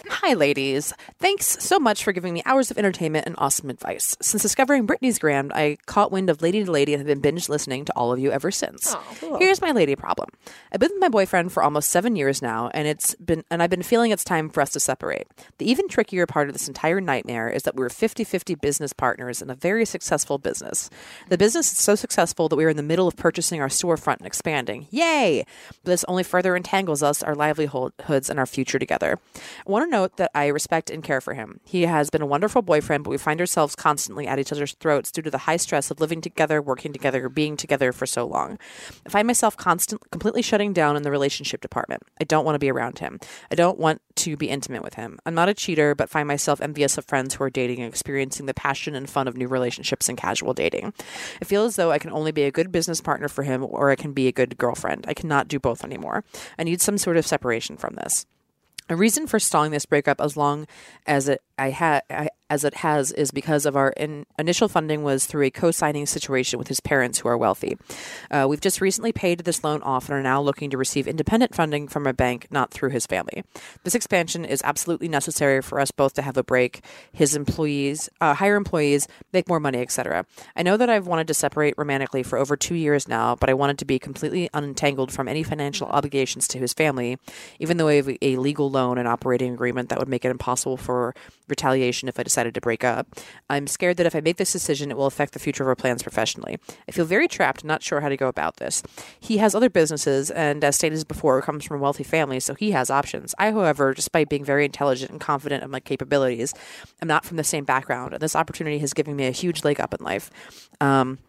Hi, ladies. Thanks so much for giving me hours of entertainment and awesome advice. Since discovering Britney's Grand, I caught wind of Lady to Lady and have been binge listening to all of you ever since. Here's my lady problem. I've been with my boyfriend for almost seven years now, and it's been and I've been feeling it's time for us to separate. The even trickier part of this entire nightmare is that we're 50-50 business partners in a very successful business. The business is so successful that we are in the middle of purchasing our storefront and expanding. Yay! But this only further entangles us, our livelihoods, and our future together. I want to note that I respect and care for him. He has been a wonderful boyfriend, but we find ourselves constantly at each other's throats due to the high stress of living together, working together, being together for so long. I find myself constant, completely shutting down in the relationship department. I don't want to be around him. I don't want to be intimate with him. I'm not a cheater, but find myself envious of friends who are dating and experiencing the passion and fun of new relationships and casual dating. I feel as though I can only be a good business partner for him or I can be a good girlfriend. I cannot do both anymore. I need some sort of separation from this. A reason for stalling this breakup as long as it I had as it has is because of our in- initial funding was through a co-signing situation with his parents who are wealthy. Uh, we've just recently paid this loan off and are now looking to receive independent funding from a bank, not through his family. This expansion is absolutely necessary for us both to have a break. His employees, uh, hire employees, make more money, etc. I know that I've wanted to separate romantically for over two years now, but I wanted to be completely unentangled from any financial obligations to his family, even though I have a legal loan and operating agreement that would make it impossible for retaliation if I decided to break up. I'm scared that if I make this decision, it will affect the future of our plans professionally. I feel very trapped, not sure how to go about this. He has other businesses, and as stated before, comes from a wealthy family, so he has options. I, however, despite being very intelligent and confident of my capabilities, am not from the same background, and this opportunity has given me a huge leg up in life. Um,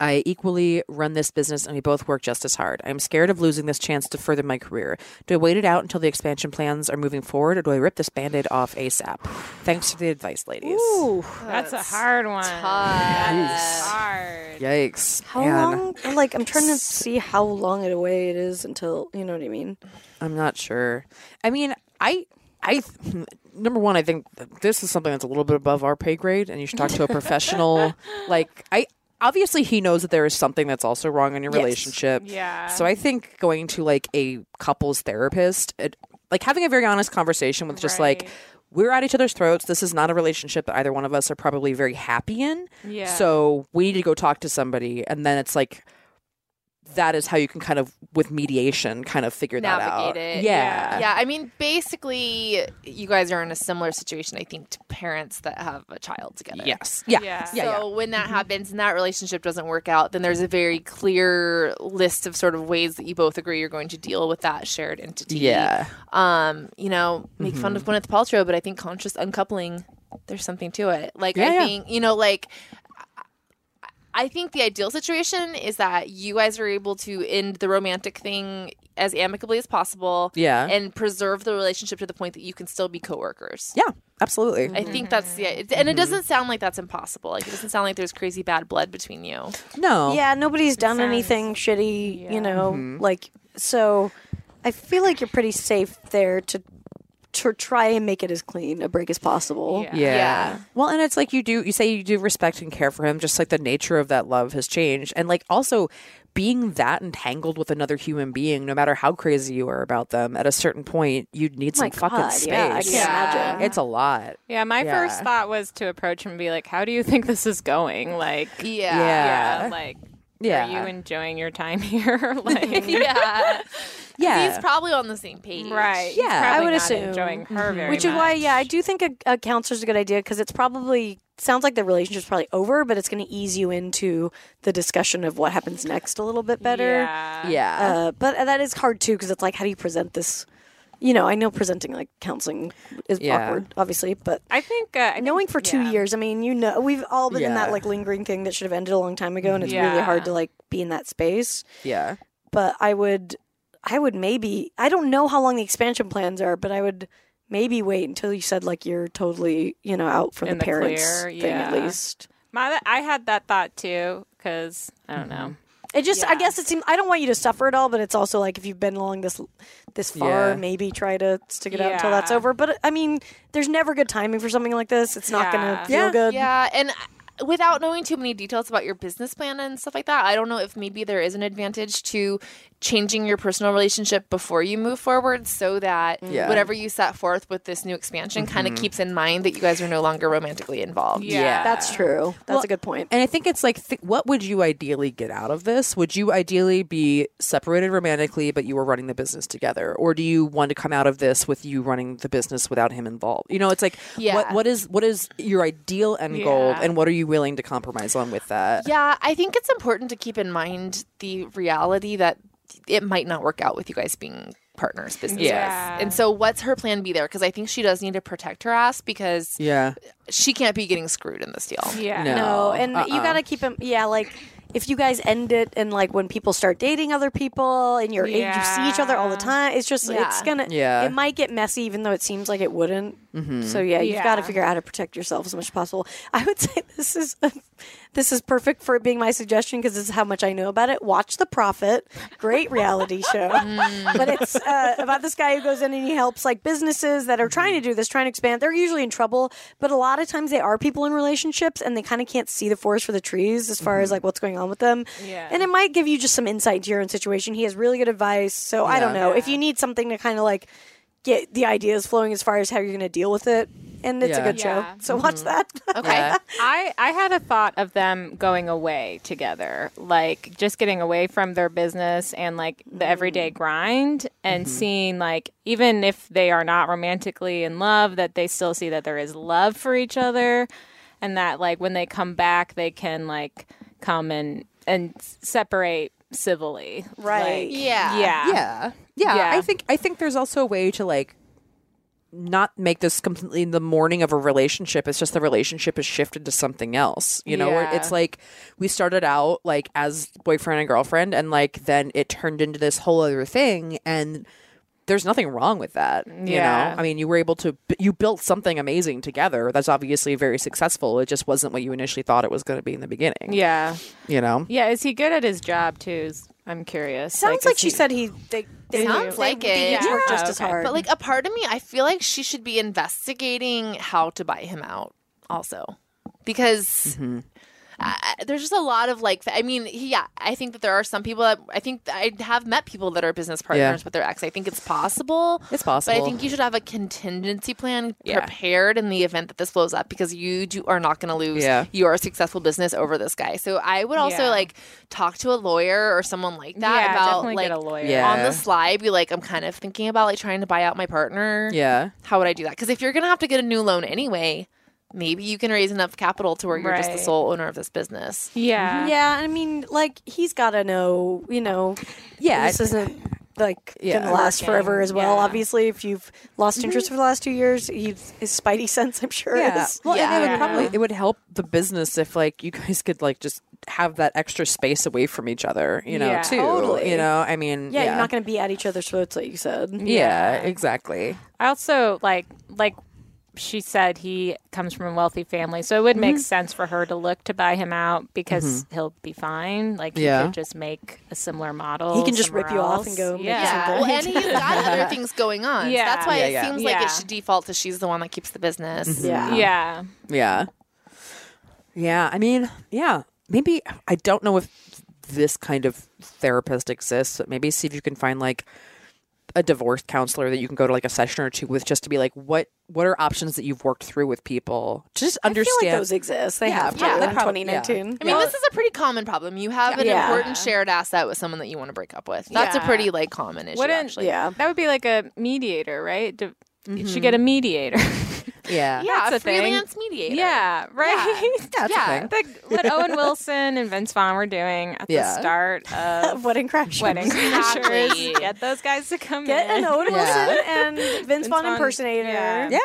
I equally run this business and we both work just as hard. I'm scared of losing this chance to further my career. Do I wait it out until the expansion plans are moving forward or do I rip this band aid off ASAP? Thanks for the advice, ladies. That's, a hard one. Hard. Yikes. How long? well, Like, I'm trying to see how long away it is until, you know what I mean? I'm not sure. I mean, I, I, number one, I think that this is something that's a little bit above our pay grade, and you should talk to a professional. Like, I obviously he knows that there is something that's also wrong in your relationship. Yeah. So I think going to like a couples therapist, it, like having a very honest conversation with just like. we're at each other's throats. This is not a relationship that either one of us are probably very happy in. Yeah. So we need to go talk to somebody. And then it's like, that is how you can kind of, with mediation, kind of figure that out. navigate it. Yeah. Yeah. I mean, basically, you guys are in a similar situation, I think, to parents that have a child together. Yes. Yeah. Mm-hmm. Yeah. so when that happens and that relationship doesn't work out, then there's a very clear list of sort of ways that you both agree you're going to deal with that shared entity. Yeah. Mm-hmm. Um, you know, make fun of Gwyneth Paltrow, but I think conscious uncoupling, there's something to it. Like Yeah, I yeah. think, you know, like I- I think the ideal situation is that you guys are able to end the romantic thing as amicably as possible. Yeah. And preserve the relationship to the point that you can still be coworkers. Yeah. Absolutely. I think that's yeah, it, Mm-hmm. and it doesn't sound like that's impossible. Like it doesn't sound like there's crazy bad blood between you. No. Yeah, nobody's done anything shitty, you know, like so I feel like you're pretty safe there to to try and make it as clean a break as possible. Yeah. Yeah. Yeah. Well, and it's like you do, you say you do respect and care for him, just like the nature of that love has changed. And like also being that entangled with another human being, no matter how crazy you are about them, at a certain point, you'd need My some fucking God, space. yeah, I can Yeah. imagine. It's a lot. Yeah, my Yeah. first thought was to approach him and be like, "How do you think this is going? Like, Yeah. yeah, like, Yeah. are you enjoying your time here? like, Yeah. Yeah. He's probably on the same page. right? he's Yeah. I probably would not assume. Mm-hmm. enjoying her very Which is why, much. yeah, I do think a, a counselor's a good idea because it's probably sounds like the relationship's probably over, but it's going to ease you into the discussion of what happens next a little bit better. Yeah. yeah. Uh, but that is hard too because it's like, how do you present this? You know, I know presenting like counseling is Yeah. awkward, obviously, but I think uh, I knowing for two yeah. years, I mean, you know, we've all been in that Yeah. like lingering thing that should have ended a long time ago, and it's really Yeah. hard to like be in that space. yeah. But I would, I would maybe, I don't know how long the expansion plans are, but I would maybe wait until you said like you're totally, you know, out for the, In the parents clear, thing at yeah. least. My, I had that thought too because I don't know. It just, I guess it seems. I don't want you to suffer at all, but it's also like if you've been along this this far, Yeah. maybe try to stick it out until that's Yeah. over. But I mean, there's never good timing for something like this. It's not Yeah. gonna feel good. Yeah. And uh, without knowing too many details about your business plan and stuff like that, I don't know if maybe there is an advantage to changing your personal relationship before you move forward so that Yeah. Mm-hmm. whatever you set forth with this new expansion kind of keeps in mind that you guys are no longer romantically involved. Yeah. That's true. That's a good point. And I think it's like, th- what would you ideally get out of this? Would you ideally be separated romantically, but you were running the business together, or do you want to come out of this with you running the business without him involved? You know, it's like, what Yeah. what is what is your ideal end goal, Yeah. and what are you willing to compromise on with that? Yeah, I think it's important to keep in mind the reality that it might not work out with you guys being partners, business Yeah. wise. And so, what's her plan B there? Because I think she does need to protect her ass because Yeah, she can't be getting screwed in this deal. Yeah. No. No, and you Uh-uh. gotta keep him. Yeah, like if you guys end it and like when people start dating other people and you're you see each other all the Yeah. time, it's just it's Yeah. gonna. Yeah. it might get messy, even though it seems like it wouldn't. So yeah, you've got to Yeah. figure out how to protect yourself as much as possible. I would say this is this is perfect for it being my suggestion because this is how much I know about it. Watch The Prophet, great reality show, but it's uh, about this guy who goes in and he helps like businesses that are trying to do this, trying to expand. They're usually in trouble, but a lot of times they are people in relationships and they kind of can't see the forest for the trees as far as like what's going on with them. Yeah. And it might give you just some insight into your own situation. He has really good advice, so I don't know if you need something to kind of like get the ideas flowing as far as how you're going to deal with it. And it's a Yeah. good Yeah. show. So watch that. Okay. Yeah. I, I had a thought of them going away together, like just getting away from their business and like the everyday grind and seeing like even if they are not romantically in love, that they still see that there is love for each other and that like when they come back they can like come and and separate civilly. Right. Like, Yeah. Yeah. yeah, yeah. Yeah. I think I think there's also a way to like not make this completely the morning of a relationship. It's just the relationship has shifted to something else. You know, where Yeah. it's like we started out like as boyfriend and girlfriend, and like then it turned into this whole other thing, and there's nothing wrong with that. You Yeah. know, I mean, you were able to b- you built something amazing together. That's obviously very successful. It just wasn't what you initially thought it was going to be in the beginning. Yeah. You know. Yeah, is he good at his job too? Is- I'm curious. Sounds like, is she he- said he. They, they Sounds they- like they it. each work Yeah. just as Okay. hard. But like a part of me, I feel like she should Mm-hmm. be investigating how to buy him out also. Because I I- there's just a lot of like, I mean, yeah, I think that there are some people that I think I have met people that are business partners with their ex. I think it's possible. It's But possible. I think you should have a contingency plan Yeah. prepared in the event that this blows up because you do, are not going to lose Yeah. your successful business over this guy. So I would also Yeah. like talk to a lawyer or someone like that yeah, about definitely like get a lawyer. Yeah. on the slide be like, I'm kind of thinking about like trying to buy out my partner. yeah. How would I do that? Because if you're going to have to get a new loan anyway, maybe you can raise enough capital to where you're just the Right. sole owner of this business. Yeah. Yeah, I mean, like he's got to know, you know, Yeah. this isn't like Yeah. gonna last forever as well. yeah. Obviously, if you've lost interest for the last two years, he's, his spidey sense, I'm sure, Yeah. is Well, and it Yeah. would probably it would help the business if like you guys could like just have that extra space away from each other, you know, Yeah. too. Totally. You know, I mean, yeah, yeah, Mm-hmm. you're not gonna be at each other's throats, like you said. yeah, exactly. I also like like she said he comes from a wealthy family, so it would make sense for her to look to buy him out because he'll be fine. Like he Yeah. could just make a similar model. He can just somewhere rip you off else. and go make Yeah. something. Well, and he's got other things going on. So Yeah. that's why Yeah, it yeah. seems like Yeah. it should default to she's the one that keeps the business. Yeah. Yeah. Yeah. Yeah. I mean, yeah. Maybe I don't know if this kind of therapist exists, but maybe see if you can find like a divorce counselor that you can go to like a session or two with just to be like, what what are options that you've worked through with people? To just I feel understand. like those exist. They have to yeah, in they probably- yeah. 2019. I mean, this is a pretty common problem. You have an Yeah. important shared asset with someone that you want to break up with. That's a Yeah. pretty like common issue. Wouldn't- actually. Yeah. That would be like a mediator, right? Do, You should get a mediator. yeah. Yeah, That's a a thing. freelance mediator. yeah. Right. Yeah, it's a thing. Like what Owen Wilson and Vince Vaughn were doing at Yeah. the start of Wedding crashers. Wedding Exactly. Crashers. Get those guys to come Get in. an Owen Yeah. Wilson and Vince, Vaughn Vaughn, impersonator. yeah. Yeah.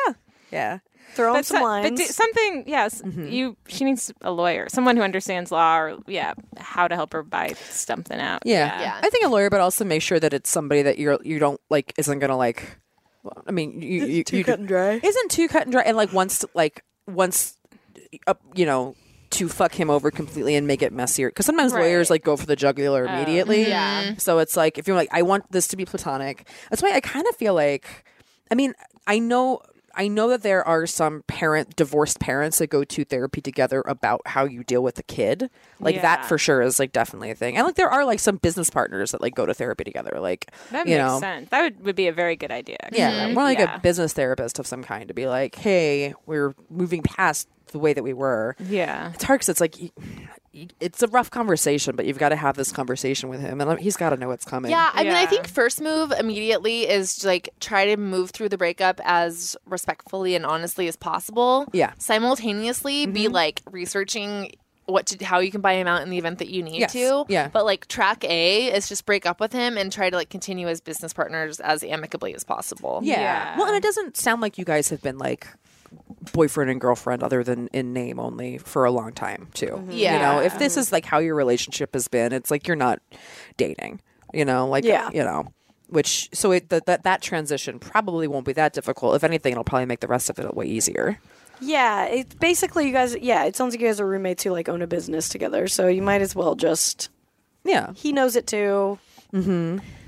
Yeah. Throw him But, some so- lines. but do- something, yes. Mm-hmm. You, she needs a lawyer, someone who understands law, or yeah, how to help her buy something out. Yeah. Yeah. I think a lawyer, but also make sure that it's somebody that you're you don't like isn't gonna like. well, I mean, you, you, too you- cut and dry. Isn't too cut and dry, and like once like once, uh, you know. To fuck him over completely and make it messier, because sometimes lawyers Right. like go for the jugular Oh. immediately. Yeah. So it's like if you're like, I want this to be platonic. That's why I kind of feel like, I mean, I know, I know that there are some parent divorced parents that go to therapy together about how you deal with the kid. Like that Yeah. for sure is like definitely a thing. And like there are like some business partners that like go to therapy together. Like That you makes know, sense. That would, would be a very good idea. actually. Mm-hmm. yeah, more like Yeah. a business therapist of some kind to be like, hey, we're moving past the way that we were. Yeah. It's hard because it's like. y- y- It's a rough conversation, but you've got to have this conversation with him, and he's got to know what's coming. Yeah, I mean, I Yeah. think first move immediately is like try to move through the breakup as respectfully and honestly as possible. Yeah. Simultaneously, be like researching what to how you can buy him out in the event that you need Yes. to. Yeah. But like track A is just break up with him and try to like continue as business partners as amicably as possible. Yeah. Yeah. Well, and it doesn't sound like you guys have been like boyfriend and girlfriend other than in name only for a long time too. Yeah. You know, if this is like how your relationship has been, it's like you're not dating. You know, like Yeah. you know. Which so it that that that transition probably won't be that difficult. If anything, it'll probably make the rest of it way easier. Yeah, it's basically you guys. Yeah, it sounds like you guys are roommates who like own a business together. So you might as well just. Yeah. He knows it too.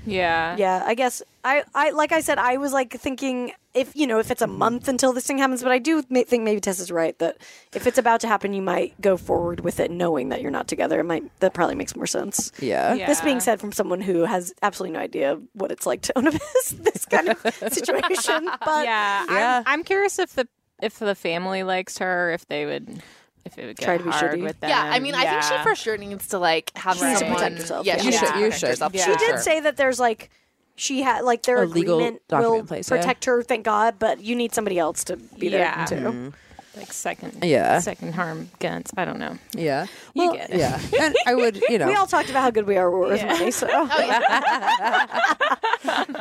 Yeah. Yeah, I guess I, I like I said, I was like thinking if you know if it's a month until this thing happens, but I do ma- think maybe Tess is right that if it's about to happen, you might go forward with it knowing that you're not together. It might that probably makes more sense. Yeah. Yeah. This being said, from someone who has absolutely no idea what it's like to own a business, this kind of situation, but Yeah. Yeah. I'm, I'm curious if the if the family likes her, if they would, if it would get Try to be hard shitty. with them. Yeah, I mean, I think Yeah. she for sure needs to like have She needs to someone. protect herself, Yeah, yeah. she You needs should- to you protect should. herself. Yeah. she did Sure. say that there's like she had like their A legal agreement document will in place, yeah. protect her, thank God, but you need somebody else to be there Yeah. too. like second, Yeah. second harm guns. I don't know. Yeah. You get it. Yeah. And I would, you know. We all talked about how good we are with money, so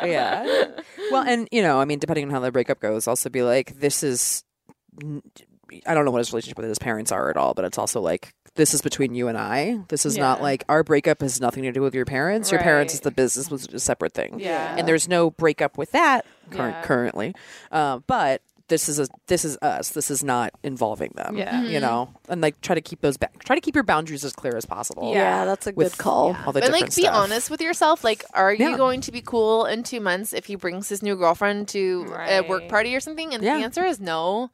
yeah. Well, and you know, I mean, depending on how the breakup goes, also be like, this is. I don't know what his relationship with his parents are at all, but it's also like this is between you and I. This is not Yeah. like our breakup has nothing to do with your parents. Your parents Right. is the business was a separate thing. Yeah. and there's no breakup with that cur- Yeah. currently. Uh, but this is a this is us. This is not involving them. Yeah. Mm-hmm. you know, and like try to keep those back. Try to keep your boundaries as clear as possible. yeah, that's a good With call. all the but different like be stuff. honest with yourself like are Yeah. you going to be cool in two months if he brings his new girlfriend to a work Right. party or something and Yeah. the answer is no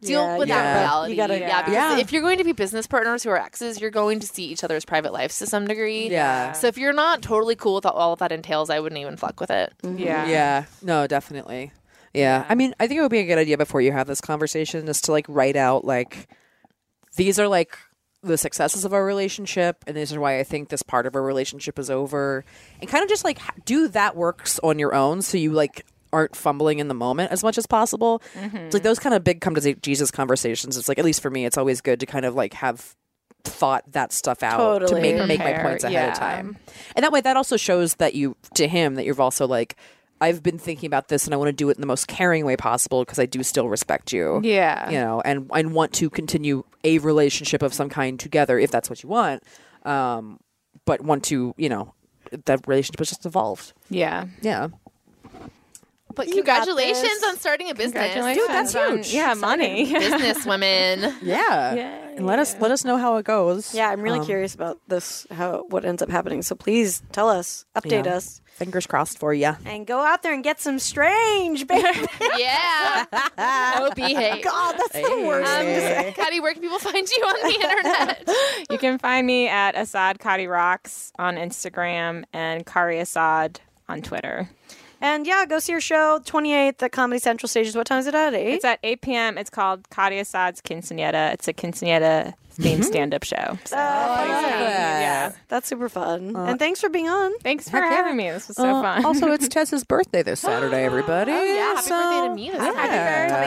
deal Yeah, with you that gotta- reality. you gotta- yeah, because Yeah. if you're going to be business partners who are exes, you're going to see each other's private lives to some degree. Yeah. So if you're not totally cool with all that entails, I wouldn't even fuck with it. Mm. Yeah. Yeah. No, definitely. Yeah. I mean, I think it would be a good idea before you have this conversation is to like write out like these are like the successes of our relationship and these are why I think this part of our relationship is over and kind of just like ha- do that works on your own so you like aren't fumbling in the moment as much as possible. It's like those kind of big come to Jesus conversations. It's like at least for me it's always good to kind of like have thought that stuff out to Totally. make make my Prepare, points ahead yeah. of time. And that way, that also shows that you, to him, that you've also like, I've been thinking about this and I want to do it in the most caring way possible because I do still respect you. Yeah. You know, and, and want to continue a relationship of some kind together if that's what you want. Um, but want to, you know, that relationship has just evolved. Yeah. Yeah. But got congratulations this. on starting a business. Dude, that's huge. Yeah, money. Business women. Yeah. And let us let us know how it goes. Yeah, I'm really Um, curious about this. How what ends up happening? So please tell us, update Yeah. us, Fingers crossed for you. and go out there and get some strange, baby. Yeah. OB hate. God, that's the worst. thing to say. Um, Cuddy, where can people find you on the internet? You can find me at Assad Kadi Rocks on Instagram and Kari Assad on Twitter. And yeah, go see your show 28th at Comedy Central Stages. What time is it at? Eight. It's at 8 p.m. It's called Kadi Assad's Quinceanera. It's a quinceanera Mm-hmm. themed stand up show. So, yeah. That's super fun. and thanks for being on. Thanks for having me. This was so Uh, fun. Also, it's Tess's birthday this Saturday, everybody. Oh, yeah. Happy birthday to me. That's yeah.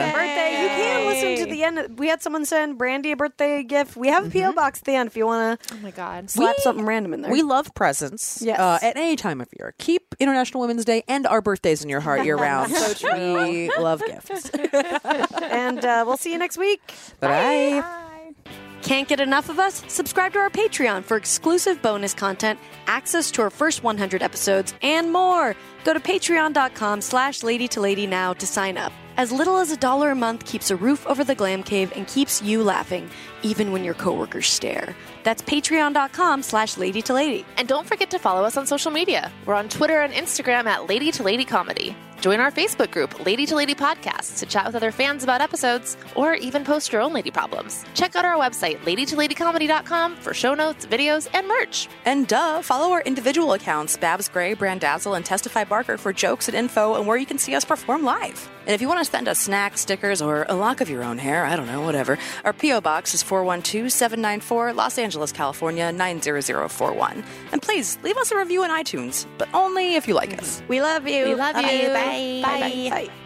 Happy birthday. You can listen to the end. We had someone send Brandy a birthday gift. We have a P.O. box at the end if you want to Oh, my God. slap something random in there. We love presents. Yes. Uh, at any time of year. Keep International Women's Day and our birthdays in your heart year round. so true. We love gifts. and uh, we'll see you next week. Bye. Can't get enough of us? Subscribe to our Patreon for exclusive bonus content, access to our first 100 episodes, and more. Go to patreon.com slash lady to lady now to sign up. As little as a dollar a month keeps a roof over the glam cave and keeps you laughing, even when your coworkers stare. That's patreon.com slash lady to lady. And don't forget to follow us on social media. We're on Twitter and Instagram at Lady to Lady Comedy. Join our Facebook group, Lady to Lady Podcasts, to chat with other fans about episodes or even post your own lady problems. Check out our website, ladytoladycomedy.com, for show notes, videos, and merch. And duh, follow our individual accounts, Babs Gray, Brandazzle, and Testify Barker for jokes and info and where you can see us perform live. And if you want to send us snacks, stickers, or a lock of your own hair, I don't know, whatever, our P.O. Box is 412-794 Los Angeles, California, 90041. And please, leave us a review on iTunes, but only if you like us. We love you. We love you. Bye. Bye. Bye.